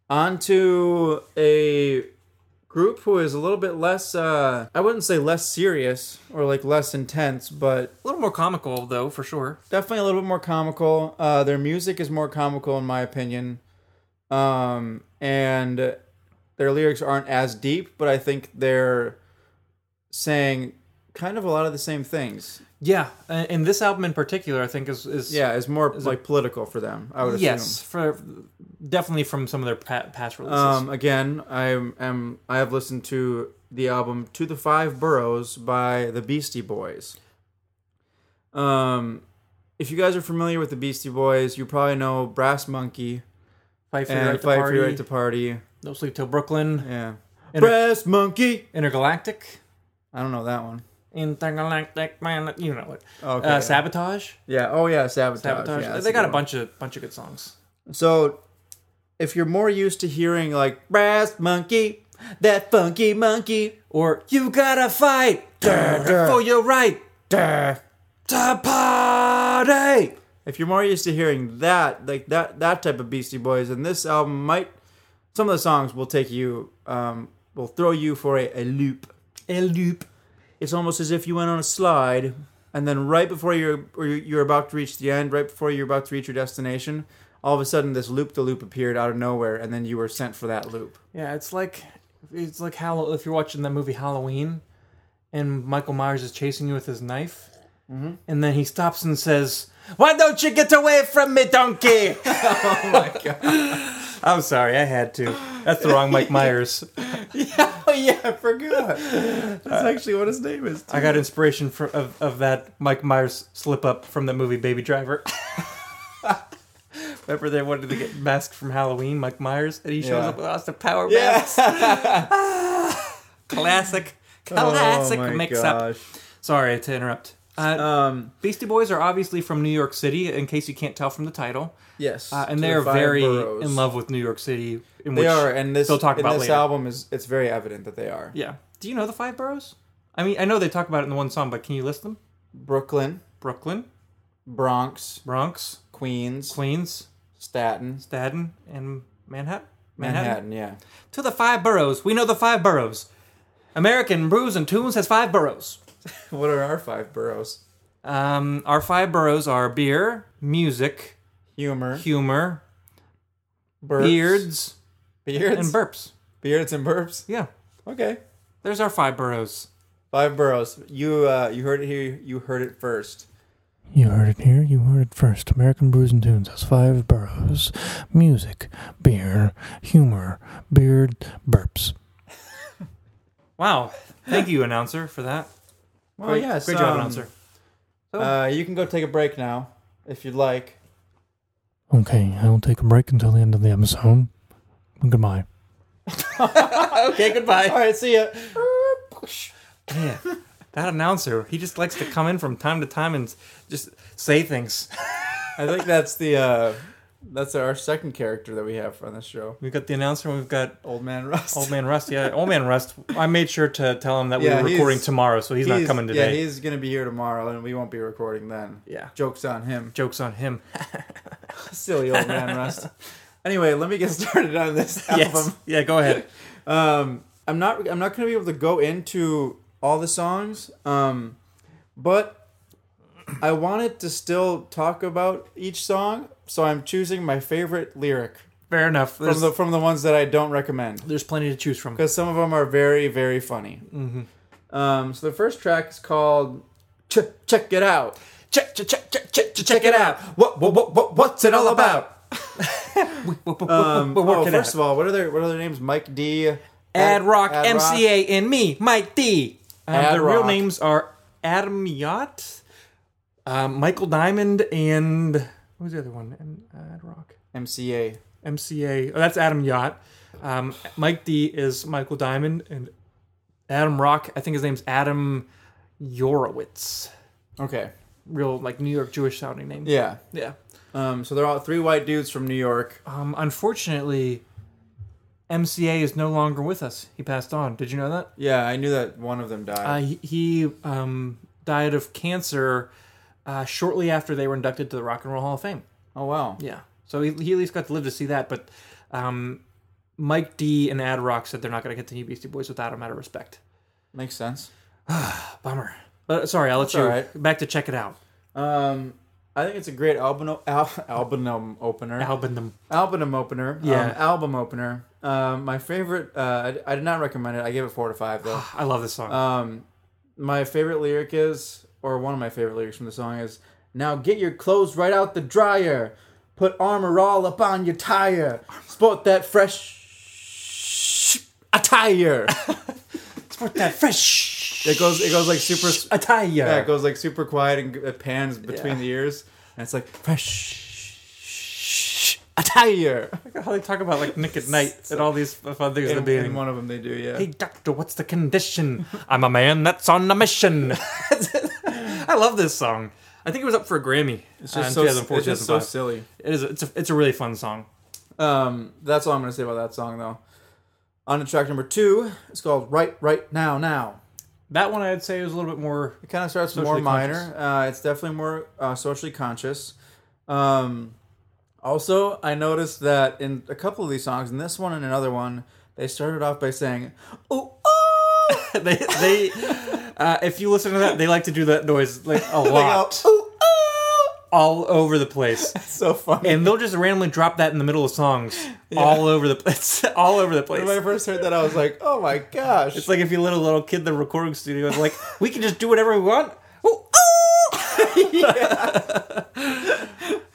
Speaker 1: On to a group who is a little bit less, uh, I wouldn't say less serious or like less intense, but
Speaker 2: A little more comical though, for sure.
Speaker 1: definitely a little bit more comical. Uh, their music is more comical, in my opinion. Um, and their lyrics aren't as deep, but I think they're saying kind of a lot of the same things.
Speaker 2: Yeah, and and this album in particular, I think is is
Speaker 1: Yeah, it's more like political for them, I would assume.
Speaker 2: yes for definitely from some of their pa- past releases.
Speaker 1: Um, again, I am I have listened to the album "To the Five Boroughs" by the Beastie Boys. Um, if you guys are familiar with the Beastie Boys, you probably know Brass Monkey
Speaker 2: Fight for your
Speaker 1: and
Speaker 2: right to
Speaker 1: Fight for
Speaker 2: party.
Speaker 1: Your Right to Party.
Speaker 2: no sleep till Brooklyn.
Speaker 1: Yeah,
Speaker 2: Inter-
Speaker 1: Brass Monkey.
Speaker 2: Intergalactic.
Speaker 1: I don't know that one.
Speaker 2: Intergalactic man. You know it.
Speaker 1: Okay.
Speaker 2: uh, Sabotage.
Speaker 1: Yeah. Oh yeah, Sabotage.
Speaker 2: Sabotage.
Speaker 1: Yeah, that's
Speaker 2: they got
Speaker 1: good
Speaker 2: a
Speaker 1: one.
Speaker 2: bunch of bunch of good songs.
Speaker 1: So, if you're more used to hearing like Brass Monkey, that funky monkey,
Speaker 2: Or you gotta fight for your right to party.
Speaker 1: if you're more used to hearing that, like that that type of Beastie Boys, and this album might some of the songs will take you um will throw you for a, a loop.
Speaker 2: A loop.
Speaker 1: It's almost as if you went on a slide and then right before you're or you're- you're about to reach the end, right before you're about to reach your destination, all of a sudden this loop the loop appeared out of nowhere and then you were sent for that loop.
Speaker 2: Yeah, it's like it's like Hall- if you're watching that movie Halloween, and Michael Myers is chasing you with his knife,
Speaker 1: Mm-hmm.
Speaker 2: and then he stops and says, "Why don't you get away from me, donkey?" oh my god! I'm sorry, I had to. That's the wrong Mike Myers.
Speaker 1: Oh yeah, I forgot. That's actually what his name is.
Speaker 2: I got inspiration from of, of that Mike Myers slip up from the movie Baby Driver. Remember they wanted to get masked from Halloween, Mike Myers, and he shows
Speaker 1: Yeah.
Speaker 2: up with Austin Power
Speaker 1: Yeah.
Speaker 2: mask. Classic,
Speaker 1: Oh
Speaker 2: classic mix up. Sorry to interrupt. Uh,
Speaker 1: Um
Speaker 2: Beastie Boys are obviously from New York City, in case you can't tell from the title,
Speaker 1: yes.
Speaker 2: uh, and
Speaker 1: to
Speaker 2: they
Speaker 1: the
Speaker 2: are
Speaker 1: five
Speaker 2: very
Speaker 1: boroughs.
Speaker 2: in love with New York City. In
Speaker 1: They
Speaker 2: which
Speaker 1: are, and this
Speaker 2: they'll talk
Speaker 1: in
Speaker 2: about
Speaker 1: this
Speaker 2: later.
Speaker 1: album is it's very evident that they are.
Speaker 2: Yeah. Do you know the five boroughs? I mean, I know they talk about it in the one song, but can you list them?
Speaker 1: Brooklyn,
Speaker 2: Brooklyn,
Speaker 1: Bronx,
Speaker 2: Bronx,
Speaker 1: Queens,
Speaker 2: Queens,
Speaker 1: Staten,
Speaker 2: Staten, and Manhattan.
Speaker 1: Manhattan. Yeah,
Speaker 2: To the five boroughs. We know the five boroughs. American Brews and Tunes has five boroughs.
Speaker 1: what are our five boroughs?
Speaker 2: Um, our five boroughs are beer, music,
Speaker 1: Humor,
Speaker 2: humor,
Speaker 1: burps,
Speaker 2: beards,
Speaker 1: beards,
Speaker 2: and burps.
Speaker 1: beards and burps.
Speaker 2: Yeah.
Speaker 1: Okay,
Speaker 2: There's our five boroughs.
Speaker 1: five boroughs. You uh, you heard it here. You heard it first.
Speaker 4: You heard it here, you heard it first. American Brews and Tunes has five boroughs music, beer, humor, beard, burps.
Speaker 2: Wow. Thank you, announcer, for that.
Speaker 1: Well,
Speaker 2: Great,
Speaker 1: yes.
Speaker 2: great job,
Speaker 1: um,
Speaker 2: announcer.
Speaker 1: Uh, you can go take a break now if you'd like.
Speaker 4: Okay, I will take a break until the end of the episode. Goodbye.
Speaker 2: Okay, goodbye.
Speaker 1: All right, see ya.
Speaker 2: Yeah. That announcer, he just likes to come in from time to time and just say things.
Speaker 1: I think that's the uh, That's our second character that we have on this show.
Speaker 2: We've got the announcer. and We've got
Speaker 1: Old Man Rust.
Speaker 2: Old Man Rust. Yeah, Old Man Rust. I made sure to tell him that
Speaker 1: Yeah,
Speaker 2: we were
Speaker 1: he's-
Speaker 2: recording tomorrow, so he's, not coming
Speaker 1: Yeah,
Speaker 2: today.
Speaker 1: he's gonna be here tomorrow, and we won't be recording then.
Speaker 2: Yeah.
Speaker 1: Jokes on him.
Speaker 2: Jokes on him.
Speaker 1: Silly old man Rust. Anyway, let me get started on this album.
Speaker 2: Yes. Yeah. Go ahead.
Speaker 1: Um, I'm not. I'm not gonna be able to go into all the songs. Um, but I wanted to still talk about each song, so I'm choosing my favorite lyric
Speaker 2: Fair enough. There's,
Speaker 1: from the from the ones that I don't recommend
Speaker 2: there's plenty to choose from.
Speaker 1: because some of them are very very funny. Um, so the first track is called Ch- "Check It Out."
Speaker 2: Check, check, check, check, check, check,
Speaker 1: Check it out. What what what, what what's it all about? Um, oh,
Speaker 2: We're working
Speaker 1: first
Speaker 2: out.
Speaker 1: of all, what are their what are their names? Mike D.
Speaker 2: Ad Rock,
Speaker 1: Ad
Speaker 2: MCA, and me, Mike D. Um,
Speaker 1: Ad
Speaker 2: their real
Speaker 1: Rock.
Speaker 2: names are Adam Yacht, um, Michael Diamond, and who's the other one? M- Ad Rock,
Speaker 1: MCA.
Speaker 2: MCA. Oh, that's Adam Yacht. Um, Mike D is Michael Diamond, and Adam Rock. I think his name's Adam Yorowitz.
Speaker 1: Okay.
Speaker 2: Real like New York Jewish sounding name.
Speaker 1: Yeah.
Speaker 2: yeah.
Speaker 1: Um, so they're all three white dudes from New York.
Speaker 2: Um, unfortunately, MCA is no longer with us. He passed on. Did you know that?
Speaker 1: Yeah, I knew that one of them
Speaker 2: Uh,
Speaker 1: died.
Speaker 2: he he um, died of cancer uh, shortly after they were inducted to the Rock and Roll Hall of Fame.
Speaker 1: oh wow.
Speaker 2: Yeah. So he, he at least got to live to see that. But um, Mike D and Ad Rock said they're not going to continue Beastie Boys without him out of respect.
Speaker 1: Makes sense.
Speaker 2: Bummer. But sorry, I'll let you
Speaker 1: all right.
Speaker 2: back to check it out.
Speaker 1: Um, I think it's a great album o- al- album opener.
Speaker 2: Album.
Speaker 1: album opener.
Speaker 2: Yeah.
Speaker 1: Um, album opener. Um, my favorite. Uh, I, I did not recommend it. I gave it four to five though.
Speaker 2: I love this song.
Speaker 1: Um, my favorite lyric is, or one of my favorite lyrics from the song is, "Now get your clothes right out the dryer, put armor all up on your tire, sport that fresh attire."
Speaker 2: Sport that fresh
Speaker 1: it goes, it goes like super,
Speaker 2: attire.
Speaker 1: yeah, it goes like super quiet and it pans between the ears, and it's like fresh attire.
Speaker 2: Look at how they talk about like Nick at Night and all these fun things at the
Speaker 1: In,
Speaker 2: beginning.
Speaker 1: in one of them, they do, yeah.
Speaker 2: Hey doctor, what's the condition? I'm a man that's on a mission. I love this song. I think it was up for a Grammy
Speaker 1: It's
Speaker 2: uh, in
Speaker 1: just, so, it's
Speaker 2: 2004,
Speaker 1: just so
Speaker 2: 2005.
Speaker 1: silly.
Speaker 2: it is. It's a, it's a really fun song.
Speaker 1: Um, that's all I'm gonna say about that song, though. On to track number two, it's called "Right Right Now Now."
Speaker 2: That one I'd say is a little bit more.
Speaker 1: It kind of starts more
Speaker 2: Socially
Speaker 1: minor. Uh, it's definitely more uh, socially conscious. Um, also, I noticed that in a couple of these songs, in this one and another one, they started off by saying
Speaker 2: Ooh, ooh. they they. Uh, if you listen to that, they like to do that noise like a lot,
Speaker 1: "Ooh, ooh."
Speaker 2: all over the place,
Speaker 1: So funny.
Speaker 2: and they'll just randomly drop that in the middle of songs, all over the place, all over the
Speaker 1: when I
Speaker 2: place.
Speaker 1: first heard that, I was like, "Oh my gosh!"
Speaker 2: It's like if you let a little kid in the recording studio, it's like we can just do whatever we want. Ooh, ooh.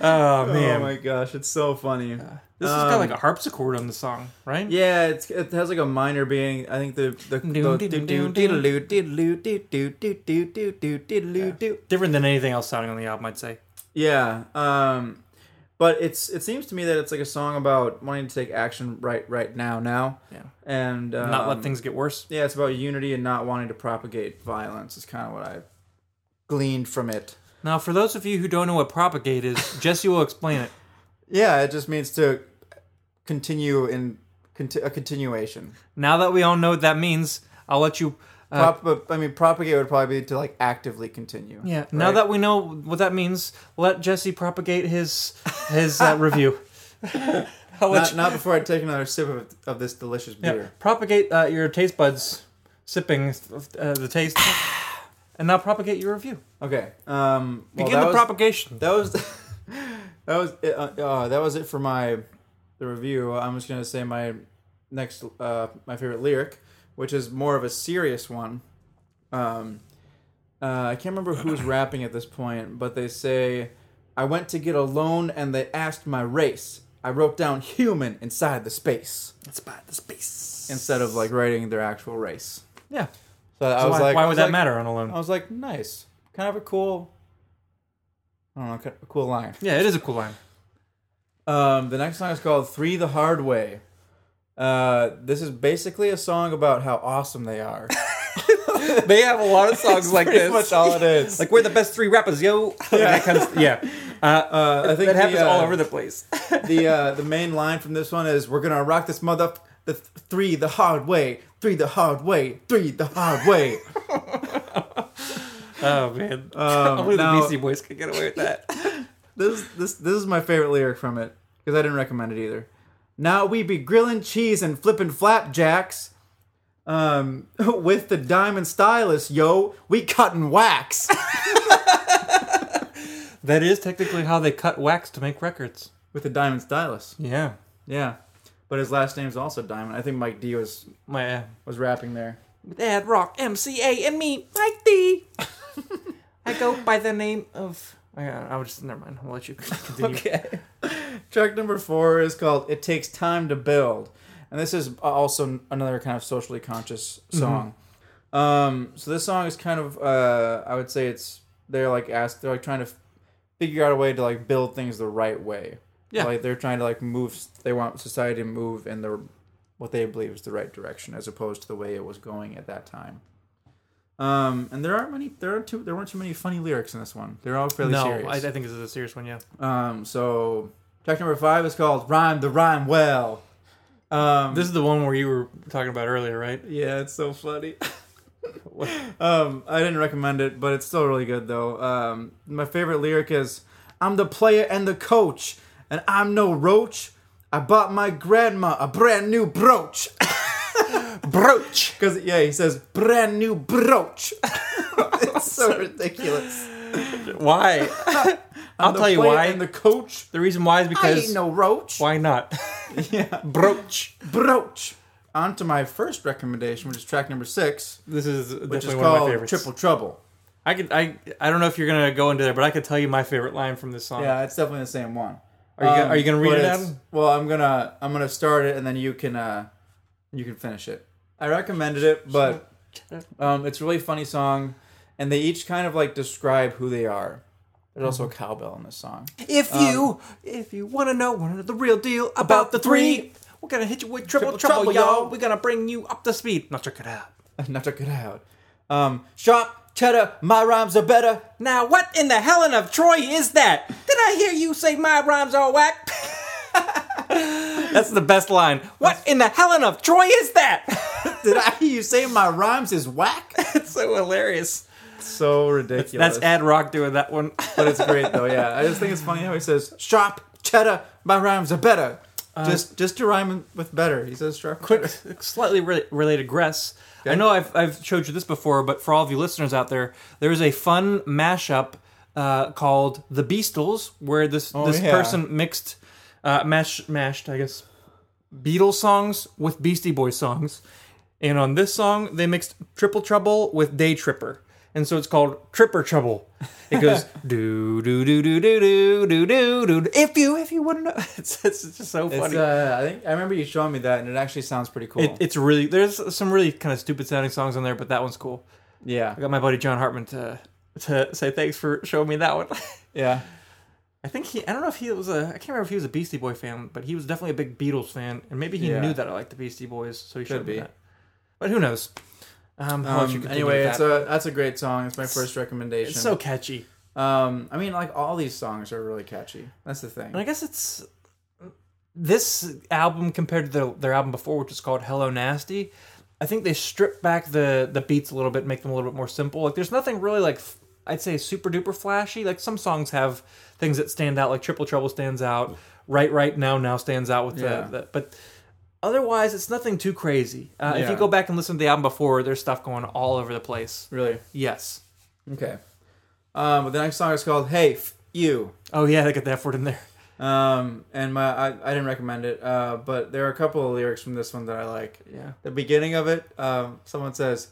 Speaker 2: Oh
Speaker 1: oh
Speaker 2: man,
Speaker 1: my gosh, it's so funny.
Speaker 2: this is kind of like a harpsichord on the song, right?
Speaker 1: Yeah, it's, it has like a minor being. I think the the
Speaker 2: Doom,
Speaker 1: the-
Speaker 2: doom,
Speaker 1: doo-
Speaker 2: doom,
Speaker 1: doo-doo-doo, doo-doo-doo, doo-doo-doo, doo-doo-doo, doo-doo-doo.
Speaker 2: Different than anything else sounding on the album, I'd say.
Speaker 1: Yeah, um, but it's it seems to me that it's like a song about wanting to take action right right now now.
Speaker 2: Yeah.
Speaker 1: and um,
Speaker 2: Not let things get worse.
Speaker 1: Yeah, it's about unity and not wanting to propagate violence. Is kind of what I gleaned from it.
Speaker 2: Now, for those of you who don't know what propagate is, Jesse will explain it.
Speaker 1: Yeah, it just means to continue in conti- a continuation.
Speaker 2: Now that we all know what that means, I'll let you. Uh,
Speaker 1: Prop- I mean, propagate would probably be to like actively continue.
Speaker 2: yeah. Now
Speaker 1: right?
Speaker 2: that we know what that means, let Jesse propagate his his uh, review. I'll let
Speaker 1: not, not before I take another sip of, of this delicious
Speaker 2: Yeah,
Speaker 1: beer.
Speaker 2: propagate uh, your taste buds, sipping uh, the taste, and now propagate your review.
Speaker 1: Okay. Um, well,
Speaker 2: Begin
Speaker 1: that
Speaker 2: the
Speaker 1: was,
Speaker 2: propagation.
Speaker 1: That was that was it, uh, uh, that was it for my the review. I'm just gonna say my next uh, my favorite lyric, which is more of a serious one. Um, uh, I can't remember who's rapping at this point, but they say, "I went to get a loan and they asked my race. I wrote down human inside the space
Speaker 2: It's about the space.
Speaker 1: instead of like writing their actual race."
Speaker 2: Yeah.
Speaker 1: So, I
Speaker 2: So
Speaker 1: was
Speaker 2: why,
Speaker 1: like,
Speaker 2: why
Speaker 1: I
Speaker 2: would
Speaker 1: was
Speaker 2: that
Speaker 1: like-
Speaker 2: matter on a loan?
Speaker 1: I was like, nice, kind of a cool, I don't know, kind of a cool line.
Speaker 2: yeah, it is a cool line.
Speaker 1: Um, the next song is called Three the Hard Way. Uh, this is basically a song about how awesome they are.
Speaker 2: they have a lot of songs like
Speaker 1: Pretty
Speaker 2: this.
Speaker 1: much all it is.
Speaker 2: Like we're the best three rappers, yo. Yeah, that kind of, yeah. Uh,
Speaker 1: Uh, I think
Speaker 2: that happens
Speaker 1: the, uh,
Speaker 2: all over the place.
Speaker 1: the uh, the main line from this one is "We're gonna rock this mother the th- three the hard way, three the hard way, three the hard way."
Speaker 2: oh man,
Speaker 1: Um,
Speaker 2: only
Speaker 1: now-
Speaker 2: the Beastie Boys could get away with that.
Speaker 1: this this this is my favorite lyric from it because I didn't recommend it either. Now we be grilling cheese and flipping flapjacks, um, with the diamond stylus, yo. We cutting wax.
Speaker 2: that is technically how they cut wax to make records.
Speaker 1: with the diamond stylus.
Speaker 2: Yeah,
Speaker 1: Yeah. But his last name's also Diamond. I think Mike D was
Speaker 2: my uh,
Speaker 1: was rapping there.
Speaker 2: Dad Rock MCA and me Mike D. I go by the name of. I, I would just never mind. I'll let you continue. okay.
Speaker 1: Track number four is called "It Takes Time to Build," and this is also another kind of socially conscious
Speaker 2: Mm-hmm.
Speaker 1: song. Um, so this song is kind of, uh, I would say it's they're like ask they're like trying to figure out a way to like build things the right way.
Speaker 2: Yeah.
Speaker 1: like they're trying to like move. They want society to move in the what they believe is the right direction, as opposed to the way it was going at that time. Um, and there aren't many. There aren't too. There weren't too many funny lyrics in this one. They're all fairly
Speaker 2: No,
Speaker 1: serious.
Speaker 2: I, I think this is a serious one. Yeah.
Speaker 1: Um, so track number five is called "Rhyme the Rhyme Well." Um,
Speaker 2: This is the one where you were talking about earlier, right?
Speaker 1: yeah, it's so funny.
Speaker 2: What-
Speaker 1: um, I didn't recommend it, but it's still really good though. Um, my favorite lyric is "I'm the player and the coach, and I'm no roach. I bought my grandma a brand new brooch."
Speaker 2: Brooch.
Speaker 1: Because yeah, he says "brand new brooch." it's so ridiculous.
Speaker 2: Why? I'll
Speaker 1: The
Speaker 2: tell you
Speaker 1: player
Speaker 2: why.
Speaker 1: And the
Speaker 2: The,
Speaker 1: coach,
Speaker 2: reason why is
Speaker 1: I ain't
Speaker 2: because
Speaker 1: no roach.
Speaker 2: why not?
Speaker 1: Yeah.
Speaker 2: Brooch.
Speaker 1: brooch. On to my first recommendation, which is track number six,
Speaker 2: This is
Speaker 1: which
Speaker 2: definitely
Speaker 1: is
Speaker 2: one of my
Speaker 1: called
Speaker 2: favorites.
Speaker 1: Triple Trouble.
Speaker 2: I could I I don't know if you're gonna go into there, but I could tell you my favorite line from this song.
Speaker 1: Yeah, it's definitely the same one. Um,
Speaker 2: Um, Are you gonna- are you gonna read
Speaker 1: but
Speaker 2: it,
Speaker 1: it's-
Speaker 2: Adam?
Speaker 1: Well, I'm gonna I'm gonna start it, and then you can uh, you can finish it. I recommended it, but um, it's a really funny song, and they each kind of like describe who they are. There's also a
Speaker 2: Mm-hmm.
Speaker 1: cowbell in this song.
Speaker 2: If you if you wanna know one of the real deal Um, about, the three, we're gonna hit you with triple,
Speaker 1: Triple
Speaker 2: trouble,
Speaker 1: trouble,
Speaker 2: y'all.
Speaker 1: y'all.
Speaker 2: We're gonna bring you up to speed. Now check it out.
Speaker 1: Now check it out. Um, sharp cheddar, my rhymes are better.
Speaker 2: Now what in the Helen of Troy is that? Did I hear you say my rhymes are whack? That's the best line. What in the Helen of Troy is that?
Speaker 1: Did I hear you say my rhymes is whack?
Speaker 2: it's so hilarious.
Speaker 1: so ridiculous.
Speaker 2: That's Ad Rock doing that one.
Speaker 1: but it's great though. Yeah, I just think it's funny how he says sharp cheddar. My rhymes are better. just just to rhyme with better. He says sharp.
Speaker 2: Um, quick,
Speaker 1: cheddar.
Speaker 2: slightly re- related gress. I know I've, I've showed you this before, but for all of you listeners out there, there is a fun mashup uh, called The Beastles, where this this
Speaker 1: Oh, yeah.
Speaker 2: person mixed, uh, mash, mashed, I guess, Beatles songs with Beastie Boys songs. And on this song, they mixed Triple Trouble with Day Tripper. And so it's called Tripper Trouble. It goes do do do do do do do do do. If you if you wouldn't know, it's, it's just so funny.
Speaker 1: It's, uh, I think I remember you showing me that, and it actually sounds pretty cool.
Speaker 2: It, it's really there's some really kind of stupid sounding songs on there, but that one's cool.
Speaker 1: yeah,
Speaker 2: I got my buddy John Hartman to to say thanks for showing me that one.
Speaker 1: yeah.
Speaker 2: I think he I don't know if he was a I can't remember if he was a Beastie Boy fan, but he was definitely a big Beatles fan, and maybe he
Speaker 1: Yeah.
Speaker 2: knew that I liked the Beastie Boys, so he showed
Speaker 1: be.
Speaker 2: me that. But who knows? Um, I'll let you
Speaker 1: Um,
Speaker 2: continue
Speaker 1: anyway,
Speaker 2: with
Speaker 1: it's
Speaker 2: that.
Speaker 1: a that's a great song. It's my first recommendation.
Speaker 2: it's so catchy,
Speaker 1: um, I mean, like all these songs are really catchy. That's the thing.
Speaker 2: and I guess it's this album compared to their, their album before, which is called Hello Nasty. I think they strip back the the beats a little bit, make them a little bit more simple. Like there's nothing really like f- I'd say super duper flashy. Like some songs have things that stand out, like Triple Trouble stands out, Right Right Now Now stands out with
Speaker 1: Yeah.
Speaker 2: the, the but. Otherwise, it's nothing too crazy. Uh, If
Speaker 1: Yeah.
Speaker 2: you go back and listen to the album before, there's stuff going all over the place.
Speaker 1: really.
Speaker 2: Yes.
Speaker 1: Okay. Um, but the next song is called "Hey F- You."
Speaker 2: Oh yeah, they got that word in there.
Speaker 1: Um, and my I, I didn't recommend it. Uh, but there are a couple of lyrics from this one that I like.
Speaker 2: Yeah.
Speaker 1: the beginning of it, um, someone says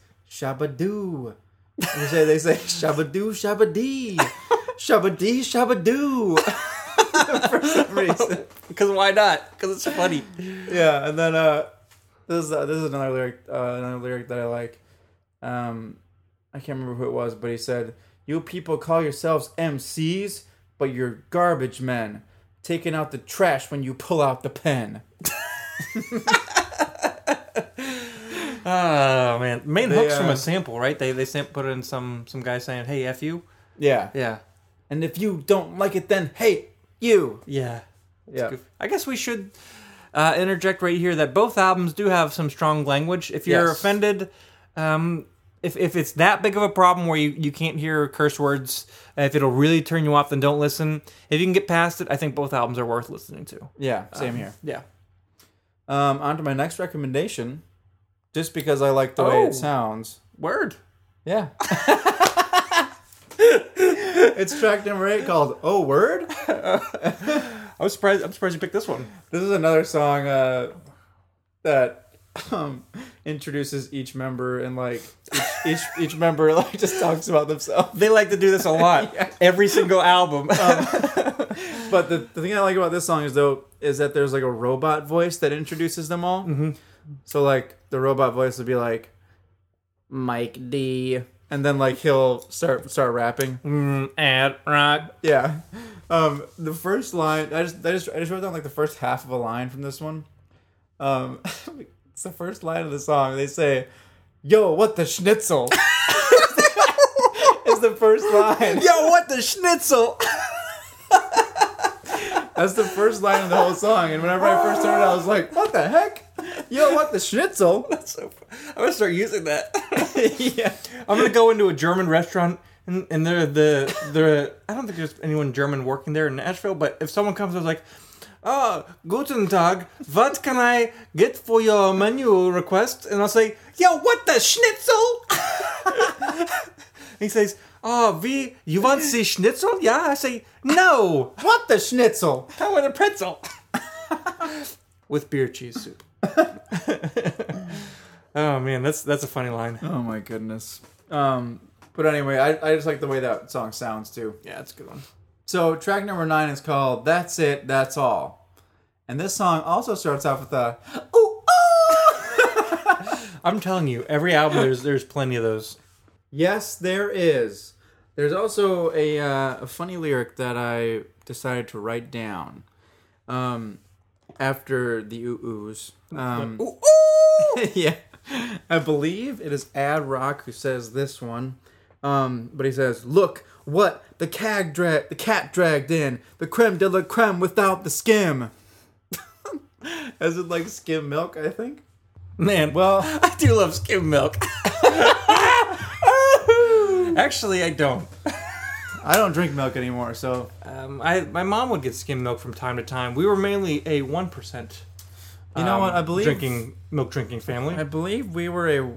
Speaker 1: "shabadoo." They say they say "shabadoo, shabadee, shabadee, shabadoo." For some reason,
Speaker 2: Because why not? Because it's funny.
Speaker 1: yeah. And then uh, this is this is another lyric, uh, another lyric that I like. Um, I can't remember who it was, but he said, "You people call yourselves MCs, but you're garbage men." Taking out the trash when you pull out the pen.
Speaker 2: Oh man, main
Speaker 1: They,
Speaker 2: hooks from
Speaker 1: uh,
Speaker 2: a sample, right? They they sam- put in some some guy saying, "Hey, f you."
Speaker 1: Yeah.
Speaker 2: Yeah,
Speaker 1: And if you don't like it, then hey, you.
Speaker 2: yeah.
Speaker 1: Yeah.
Speaker 2: I guess we should uh, interject right here that both albums do have some strong language. If you're
Speaker 1: Yes.
Speaker 2: offended, um, if, if it's that big of a problem where you, you can't hear curse words, uh, if it'll really turn you off, then don't listen. If you can get past it, I think both albums are worth listening to.
Speaker 1: Yeah. Same here.
Speaker 2: Yeah.
Speaker 1: Um, on to my next recommendation. Just because I like the way
Speaker 2: Oh.
Speaker 1: it sounds.
Speaker 2: Word.
Speaker 1: Yeah. it's track number eight called Oh Word.
Speaker 2: I was surprised. I'm surprised you picked this one.
Speaker 1: This is another song uh, that um, introduces each member and like each, each each member like just talks about themselves.
Speaker 2: They like to do this a lot. Every single album.
Speaker 1: But the, the thing I like about this song is though is that there's like a robot voice that introduces them all. Mm-hmm. So like the robot voice would be like Mike D, and then like he'll start start rapping.
Speaker 2: Mm, and rock.
Speaker 1: Yeah. Um, the first line, I just, I just, I just wrote down like the first half of a line from this one. Um, it's the first line of the song. They say, "Yo, what the schnitzel?" Is the first line.
Speaker 2: Yo, what the schnitzel?
Speaker 1: That's the first line of the whole song. And whenever I first heard it, I was like, "What the heck? Yo, what the schnitzel?"
Speaker 2: So, I'm gonna start using that.
Speaker 1: yeah.
Speaker 2: I'm gonna go into a German restaurant, and, and they're the they're I don't think there's anyone German working there in Nashville, but if someone comes, I was like, "Oh, guten Tag, what can I get for your menu request?" And I'll say, "Yo, what the schnitzel?" he says, "Oh, we you want the schnitzel?" Yeah, I say, "No,
Speaker 1: What the schnitzel?
Speaker 2: I want a pretzel with beer cheese soup." oh man, that's that's a funny line.
Speaker 1: Oh my goodness. Um, but anyway, I, I just like the way that song sounds too.
Speaker 2: Yeah, that's a good one.
Speaker 1: So track number nine is called "That's It, That's All," and this song also starts off with a "Ooh, ooh."
Speaker 2: I'm telling you, every album there's there's plenty of those.
Speaker 1: yes, there is. There's also a uh, a funny lyric that I decided to write down um, after the ooh oohs. Um, yeah. I believe it is Ad Rock who says this one. Um, but he says, "Look what the cag dra- the cat dragged in, the creme de la creme without the skim." As in like skim milk, I think.
Speaker 2: Man, well,
Speaker 1: Well,
Speaker 2: I do love skim milk. Actually, I don't.
Speaker 1: I don't drink milk anymore, so
Speaker 2: Um, I my mom would get skim milk from time to time. We were mainly a one percent. um,
Speaker 1: you know what? I believe
Speaker 2: drinking milk drinking family.
Speaker 1: I believe we were a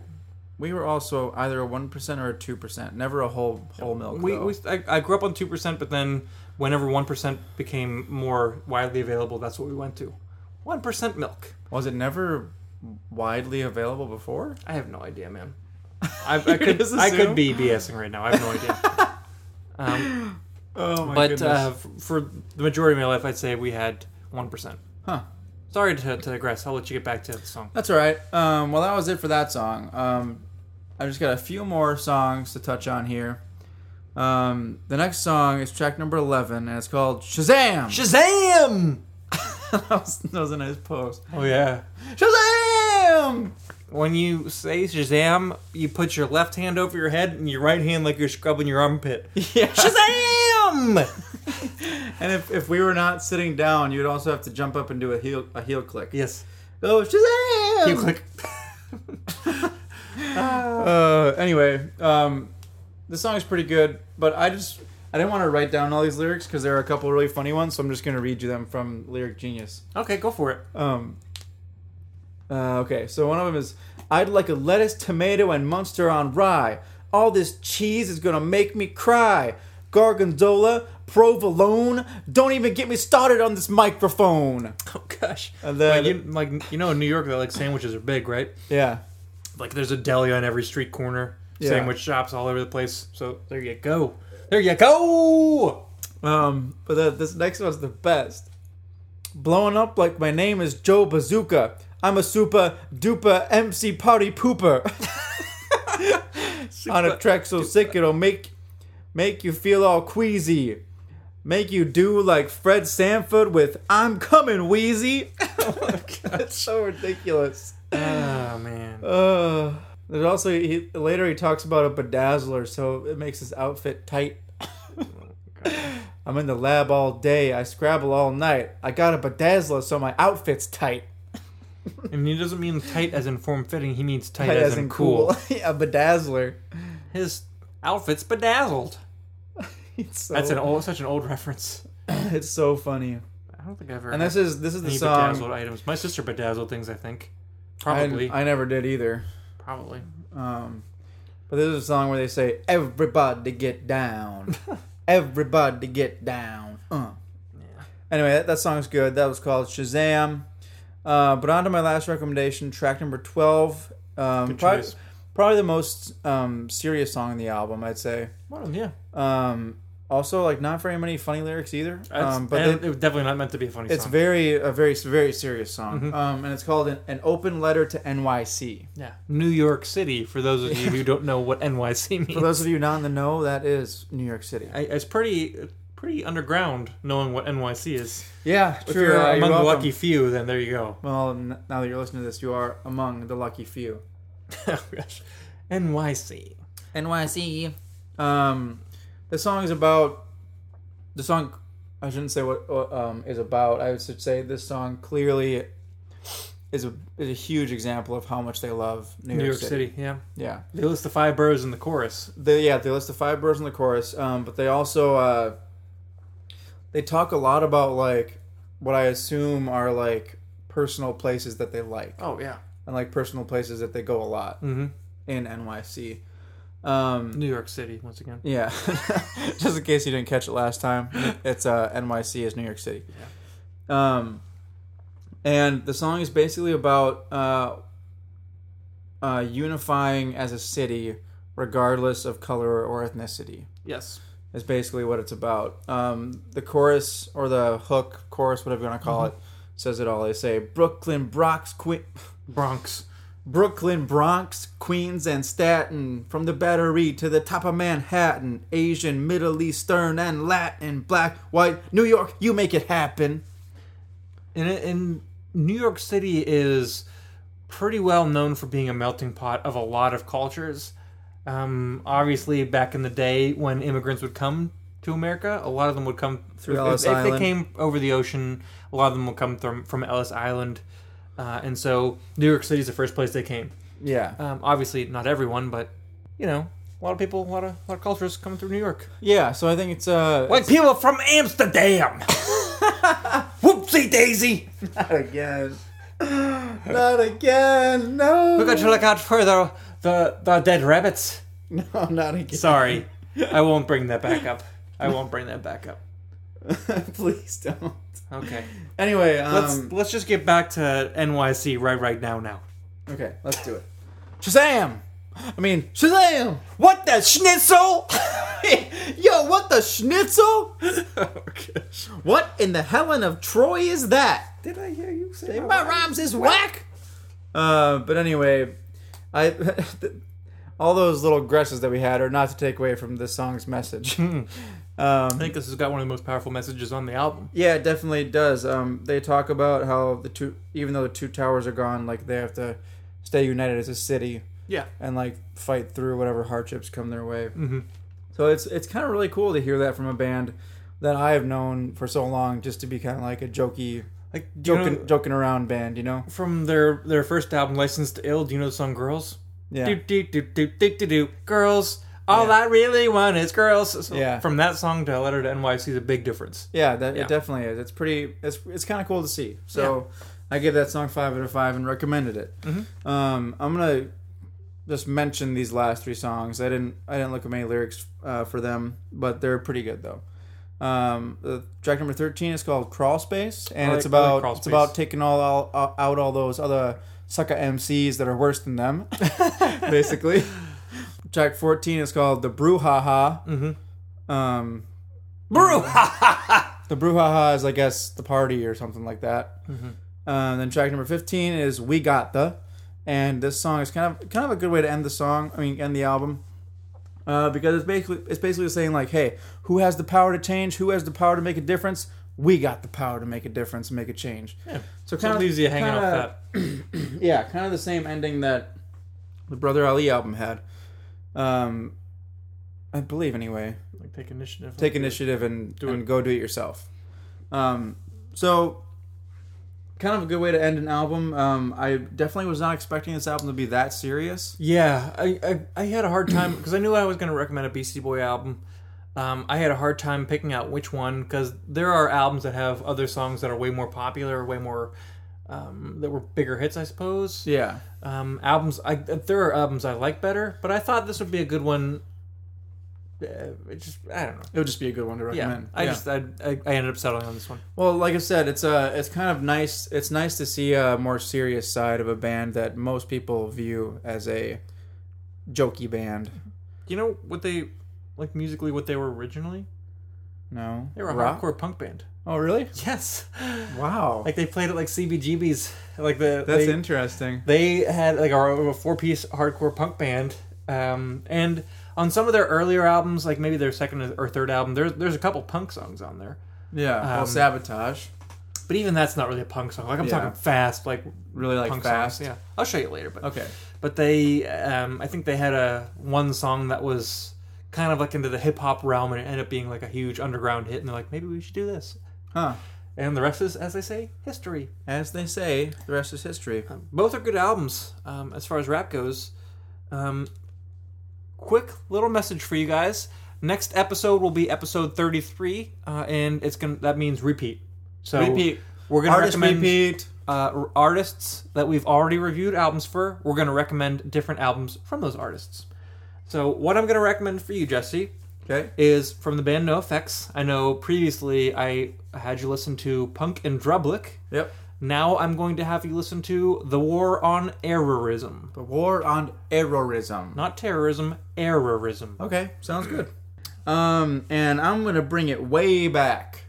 Speaker 1: we were also either a 1% or a 2%, never a whole whole milk.
Speaker 2: we,
Speaker 1: though.
Speaker 2: we I, I grew up on two percent, but then whenever one percent became more widely available, that's what we went to. One percent milk.
Speaker 1: was it never widely available before?
Speaker 2: I have no idea, man. I, I could
Speaker 1: just
Speaker 2: I could
Speaker 1: assume?
Speaker 2: be BSing right now. I have no idea.
Speaker 1: Oh my
Speaker 2: but uh, f- for the majority of my life, I'd say we had one percent.
Speaker 1: Huh.
Speaker 2: Sorry to, to digress. I'll let you get back to the song.
Speaker 1: That's all right. Um, well, that was it for that song. Um, I just got a few more songs to touch on here. Um, the next song is track number 11, and it's called Shazam!
Speaker 2: Shazam!
Speaker 1: that, was, that was a nice post.
Speaker 2: Oh yeah.
Speaker 1: Shazam!
Speaker 2: When you say Shazam, you put your left hand over your head and your right hand like you're scrubbing your armpit.
Speaker 1: Yeah.
Speaker 2: Shazam!
Speaker 1: And if, if we were not sitting down, you'd also have to jump up and do a heel a heel click.
Speaker 2: yes.
Speaker 1: Oh, Shazam!
Speaker 2: You click.
Speaker 1: Uh, anyway, um, the song is pretty good, but I just I didn't want to write down all these lyrics because there are a couple really funny ones, so I'm just gonna read you them from Lyric Genius.
Speaker 2: Okay, go for it.
Speaker 1: Um. uh, okay, so one of them is I'd like a lettuce, tomato, and Munster on rye. All this cheese is gonna make me cry. Gargonzola, provolone. Don't even get me started on this microphone.
Speaker 2: Oh gosh.
Speaker 1: And then-
Speaker 2: like, you, like you know, in New York, they like sandwiches are big, right?
Speaker 1: Yeah.
Speaker 2: Like there's a deli on every street corner,
Speaker 1: Yeah.
Speaker 2: sandwich shops all over the place. So there you go. There you go.
Speaker 1: Um. But the, this next one's the best. Blowing up like my name is Joe Bazooka. I'm a super duper MC party pooper. on a track so sick it'll make make you feel all queasy. Make you do like Fred Oh Sanford with I'm coming wheezy. That's so ridiculous.
Speaker 2: Oh man.
Speaker 1: Uh, there's also he later he talks about a bedazzler, so it makes his outfit tight. I'm in the lab all day. I scrabble all night. I got a bedazzler, so my outfit's tight.
Speaker 2: And he doesn't mean tight as in form fitting. He means tight, as, in cool.
Speaker 1: a bedazzler.
Speaker 2: His outfit's bedazzled.
Speaker 1: It's so,
Speaker 2: That's an old, such an old reference.
Speaker 1: It's so funny.
Speaker 2: I don't think I've ever.
Speaker 1: And this is this is um, the
Speaker 2: any
Speaker 1: song.
Speaker 2: bedazzled items. My sister bedazzled things. I think.
Speaker 1: I-
Speaker 2: Probably.
Speaker 1: I never did either.
Speaker 2: probably.
Speaker 1: Um, but this is a song where they say, "Everybody get down, everybody get down." Uh. Anyway, that, that song's good. That was called Shazam. Uh, but on to my last recommendation, track number twelve. Um,
Speaker 2: Good
Speaker 1: probably,
Speaker 2: choice.
Speaker 1: probably the most um, serious song on the album, I'd say.
Speaker 2: Well, yeah.
Speaker 1: Um, also, like not very many funny lyrics either.
Speaker 2: That's-
Speaker 1: Um, but
Speaker 2: and
Speaker 1: they-
Speaker 2: it was definitely not meant to be a funny
Speaker 1: it's
Speaker 2: song. Mm-hmm.
Speaker 1: very a very very serious song, um, and it's called an, an open letter to NYC.
Speaker 2: yeah. New York City. For those of you who don't know what NYC
Speaker 1: For
Speaker 2: means,
Speaker 1: those of you not in the know, that is New York City.
Speaker 2: I, it's pretty pretty underground knowing what NYC is.
Speaker 1: Yeah,
Speaker 2: If
Speaker 1: true.
Speaker 2: you're
Speaker 1: uh,
Speaker 2: among
Speaker 1: you're
Speaker 2: the
Speaker 1: welcome.
Speaker 2: lucky few, then there you go.
Speaker 1: Well, n- now that you're listening to this, you are among the lucky few.
Speaker 2: Oh, Gosh. NYC.
Speaker 1: NYC. Um, the song is about the song. I shouldn't say what uh, um is about. I should say this song clearly is a is a huge example of how much they love New,
Speaker 2: New York, City. Yeah.
Speaker 1: Yeah,
Speaker 2: They list the five boroughs in the chorus.
Speaker 1: they yeah they list the five birds in the chorus. Um, but they also uh, they talk a lot about like what I assume are like personal places that they like.
Speaker 2: Oh yeah.
Speaker 1: and like personal places that they go a lot
Speaker 2: Mhm.
Speaker 1: in NYC. Um,
Speaker 2: New York City once again.
Speaker 1: yeah, just in case you didn't catch it last time, it's uh, NYC is New York City. Um, and the song is basically about uh, uh, unifying as a city, regardless of color or ethnicity.
Speaker 2: Yes.
Speaker 1: Is basically what it's about. Um, the chorus or the hook chorus, whatever you want to call it, says it all. They say Brooklyn, Bronx, Queen.
Speaker 2: Bronx.
Speaker 1: Brooklyn, Bronx, Queens, and Staten. From the Battery to the top of Manhattan. Asian, Middle Eastern, and Latin. Black, white, New York, you make it happen.
Speaker 2: And, it, and New York City is pretty well known for being a melting pot of a lot of cultures. Um, obviously, back in the day when immigrants would come to America, a lot of them would come through.
Speaker 1: Through Ellis
Speaker 2: if, if they
Speaker 1: Island.
Speaker 2: came over the ocean, a lot of them would come from from Ellis Island, uh, and so New York City is the first place they came.
Speaker 1: Yeah.
Speaker 2: Um, obviously, not everyone, but you know, a lot of people, a lot of, a lot of cultures come through New York.
Speaker 1: Yeah, so I think it's, uh.
Speaker 2: Like people from Amsterdam. Whoopsie daisy.
Speaker 1: Not again. Not again. No.
Speaker 2: We got to look out for the the, the dead rabbits.
Speaker 1: No, not again.
Speaker 2: Sorry, I won't bring that back up. I won't bring that back up.
Speaker 1: Please don't.
Speaker 2: Okay,
Speaker 1: Anyway,
Speaker 2: let's
Speaker 1: um.
Speaker 2: let's just get back to NYC right right now now.
Speaker 1: okay, let's do it. Shazam! I mean, Shazam! What the schnitzel? Yo, what the schnitzel?
Speaker 2: okay.
Speaker 1: What in the Helen of Troy is that?
Speaker 2: Did I hear you say
Speaker 1: My rhymes is whack. Uh, but anyway, I all those little gresses that we had are not to take away from this song's message. Um,
Speaker 2: I think this has got one of the most powerful messages on the album.
Speaker 1: yeah, it definitely does. Um, they talk about how the two, even though the two towers are gone, like they have to stay united as a city
Speaker 2: Yeah.
Speaker 1: and like fight through whatever hardships come their way. Mm-hmm. So it's it's kind of really cool to hear that from a band that I have known for so long, just to be kind of like a jokey,
Speaker 2: Like do you
Speaker 1: joking,
Speaker 2: know,
Speaker 1: joking around band, you know?
Speaker 2: from their their first album, License to Ill. Do you know the song Girls?
Speaker 1: Yeah.
Speaker 2: Do do do do do do do. Girls. All I really want is girls. So
Speaker 1: Yeah.
Speaker 2: From that song to Letter to NYC is a big difference.
Speaker 1: Yeah, that
Speaker 2: Yeah.
Speaker 1: it definitely is. It's pretty. It's it's kind of cool to see. So I give that song five out of five and recommended it.
Speaker 2: Mm-hmm.
Speaker 1: Um, I'm gonna just mention these last three songs. I didn't I didn't look at many lyrics uh, for them, but they're pretty good though. Um, the track number thirteen is called "Crawl Space," and
Speaker 2: I
Speaker 1: it's
Speaker 2: like- I like
Speaker 1: about
Speaker 2: Crawl
Speaker 1: it's
Speaker 2: Space.
Speaker 1: about taking all, all out all those other sucker MCs that are worse than them, basically. Track fourteen is called "The Brouhaha." Mm-hmm. Um,
Speaker 2: Brew.
Speaker 1: the brouhaha is, I guess, the party or something like that.
Speaker 2: Mm-hmm.
Speaker 1: Um, then track number fifteen is "We Got the," and this song is kind of kind of a good way to end the song. I mean, end the album, uh, because it's basically it's basically saying like, "Hey, who has the power to change? Who has the power to make a difference? we got the power to make a difference, and make a change.
Speaker 2: Yeah.
Speaker 1: So
Speaker 2: So
Speaker 1: kind
Speaker 2: it
Speaker 1: of
Speaker 2: leaves you hanging off
Speaker 1: kinda-
Speaker 2: that.
Speaker 1: yeah, kind of the same ending that the Brother Ali album had. Um, I believe anyway.
Speaker 2: Like take initiative.
Speaker 1: Take initiative and
Speaker 2: Do
Speaker 1: do and go do it yourself. Um, so kind of a good way to end an album. Um, I definitely was not expecting this album to be that serious.
Speaker 2: Yeah, I, I, I had a hard time because I knew I was going to recommend a Beastie Boy album. Um, I had a hard time picking out which one because there are albums that have other songs that are way more popular, way more um, that were bigger hits, I suppose.
Speaker 1: Yeah.
Speaker 2: Um, albums, I there are albums I like better, but I thought this would be a good one. Uh, it just I don't know.
Speaker 1: It would just be a good one to
Speaker 2: Yeah,
Speaker 1: recommend.
Speaker 2: I just I, I I ended up settling on this one.
Speaker 1: Well, like I said, it's uh it's kind of nice. It's nice to see a more serious side of a band that most people view as a jokey band.
Speaker 2: You know what they like musically? What they were originally?
Speaker 1: No,
Speaker 2: They were a
Speaker 1: Rock?
Speaker 2: hardcore punk band.
Speaker 1: Oh, really?
Speaker 2: Yes,
Speaker 1: Wow,
Speaker 2: like they played it like CBGBs, like the
Speaker 1: that's
Speaker 2: they,
Speaker 1: interesting.
Speaker 2: they had like a, a four piece hardcore punk band um, and on some of their earlier albums like maybe their second or third album there's there's a couple punk songs on there
Speaker 1: Yeah, well,
Speaker 2: Um,
Speaker 1: sabotage.
Speaker 2: but even that's not really a punk song like i'm
Speaker 1: Yeah.
Speaker 2: talking fast like
Speaker 1: Really like
Speaker 2: punk
Speaker 1: fast.
Speaker 2: songs yeah i'll show you later but
Speaker 1: Okay.
Speaker 2: but they um, i think they had a one song that was kind of like into the hip hop realm and it ended up being like a huge underground hit and they're like maybe we should do this
Speaker 1: Huh.
Speaker 2: and the rest is as they say history
Speaker 1: As they say, the rest is history.
Speaker 2: Um, both are good albums um, as far as rap goes. Um, quick little message for you guys. Next episode will be episode 33, uh, and it's gonna that means repeat. So
Speaker 1: Repeat.
Speaker 2: We're gonna
Speaker 1: Artist
Speaker 2: recommend
Speaker 1: repeat.
Speaker 2: Uh, r- artists that we've already reviewed albums for. We're gonna recommend different albums from those artists. So what I'm gonna recommend for you, Jesse,
Speaker 1: Okay.
Speaker 2: is from the band No Effects. I know previously I had you listen to Punk and Drublick.
Speaker 1: Yep.
Speaker 2: Now I'm going to have you listen to The War on Errorism.
Speaker 1: The war on errorism.
Speaker 2: Not terrorism, errorism.
Speaker 1: Okay, sounds good. Um, and I'm gonna bring it way back.